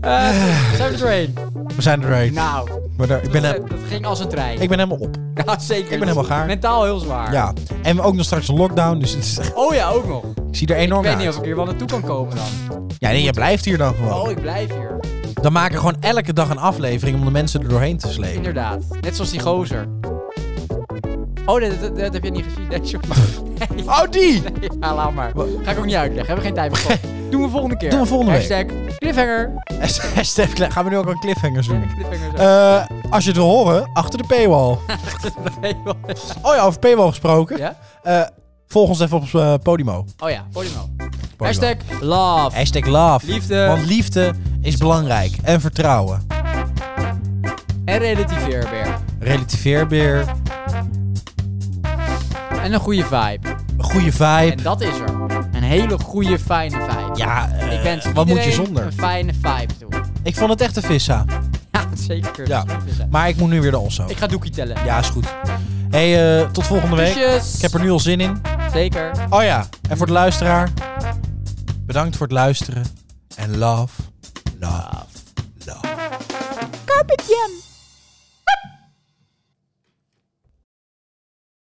B: Eh, zijn we er doorheen?
A: We zijn er doorheen.
B: Nou,
A: Maar daar- ik, ben,
B: dat,
A: he-
B: dat ging als een trein.
A: ik ben helemaal op.
B: ja, zeker.
A: ben helemaal gaar.
B: Mentaal heel zwaar.
A: Ja. En ook nog straks een lockdown, dus het is echt-
B: Oh ja, ook nog. Ik
A: ik zie er enorm
B: weet niet
A: uit.
B: of ik hier wel naartoe kan komen dan.
A: Ja, nee, je blijft hier dan
B: Oh,
A: gewoon.
B: ik blijf hier.
A: Dan maken we gewoon elke dag een aflevering om de mensen er doorheen te slepen.
B: Inderdaad. Net zoals die gozer. Oh, nee, dat, dat, dat heb je niet gezien. Nee, sorry. Nee,
A: Oh, die!
B: ja, laat maar. Ga ik ook niet uitleggen. Hebben we geen tijd meer voor. Doen we volgende keer.
A: Doen we volgende week.
B: Hashtag cliffhanger.
A: Stef, Klein, gaan we nu ook een cliffhangers doen?
B: Cliffhanger. zo.
A: Eh, als je het wil horen, achter de paywall. Eh.
B: Nee, wel.
A: Oh ja, over paywall gesproken.
B: ja?
A: Eh, volg ons even op eh, Podimo.
B: Oh ja, Podimo.
A: Podimo.
B: Hashtag love.
A: Hashtag love.
B: Liefde.
A: Want liefde is belangrijk. En vertrouwen.
B: En relativeer weer.
A: Relativeer weer.
B: En een goede vibe.
A: Een goede
B: En
A: vibe.
B: dat is er. Een hele goede, fijne vibe.
A: Ja, eh,
B: Ik wens
A: wat moet je
B: iedereen
A: zonder?
B: een fijne vibe toe.
A: Ik vond het echt een vissa.
B: Ja, zeker.
A: Ja. Maar ik moet nu weer de osso.
B: Ik ga doekie tellen.
A: Ja, is goed. hey, eh, tot volgende week.
B: Kusjes.
A: Ik heb er nu al zin in.
B: Zeker.
A: Oh ja, en voor de luisteraar. Bedankt voor het luisteren. En love, love, love.
E: Carpet Jam.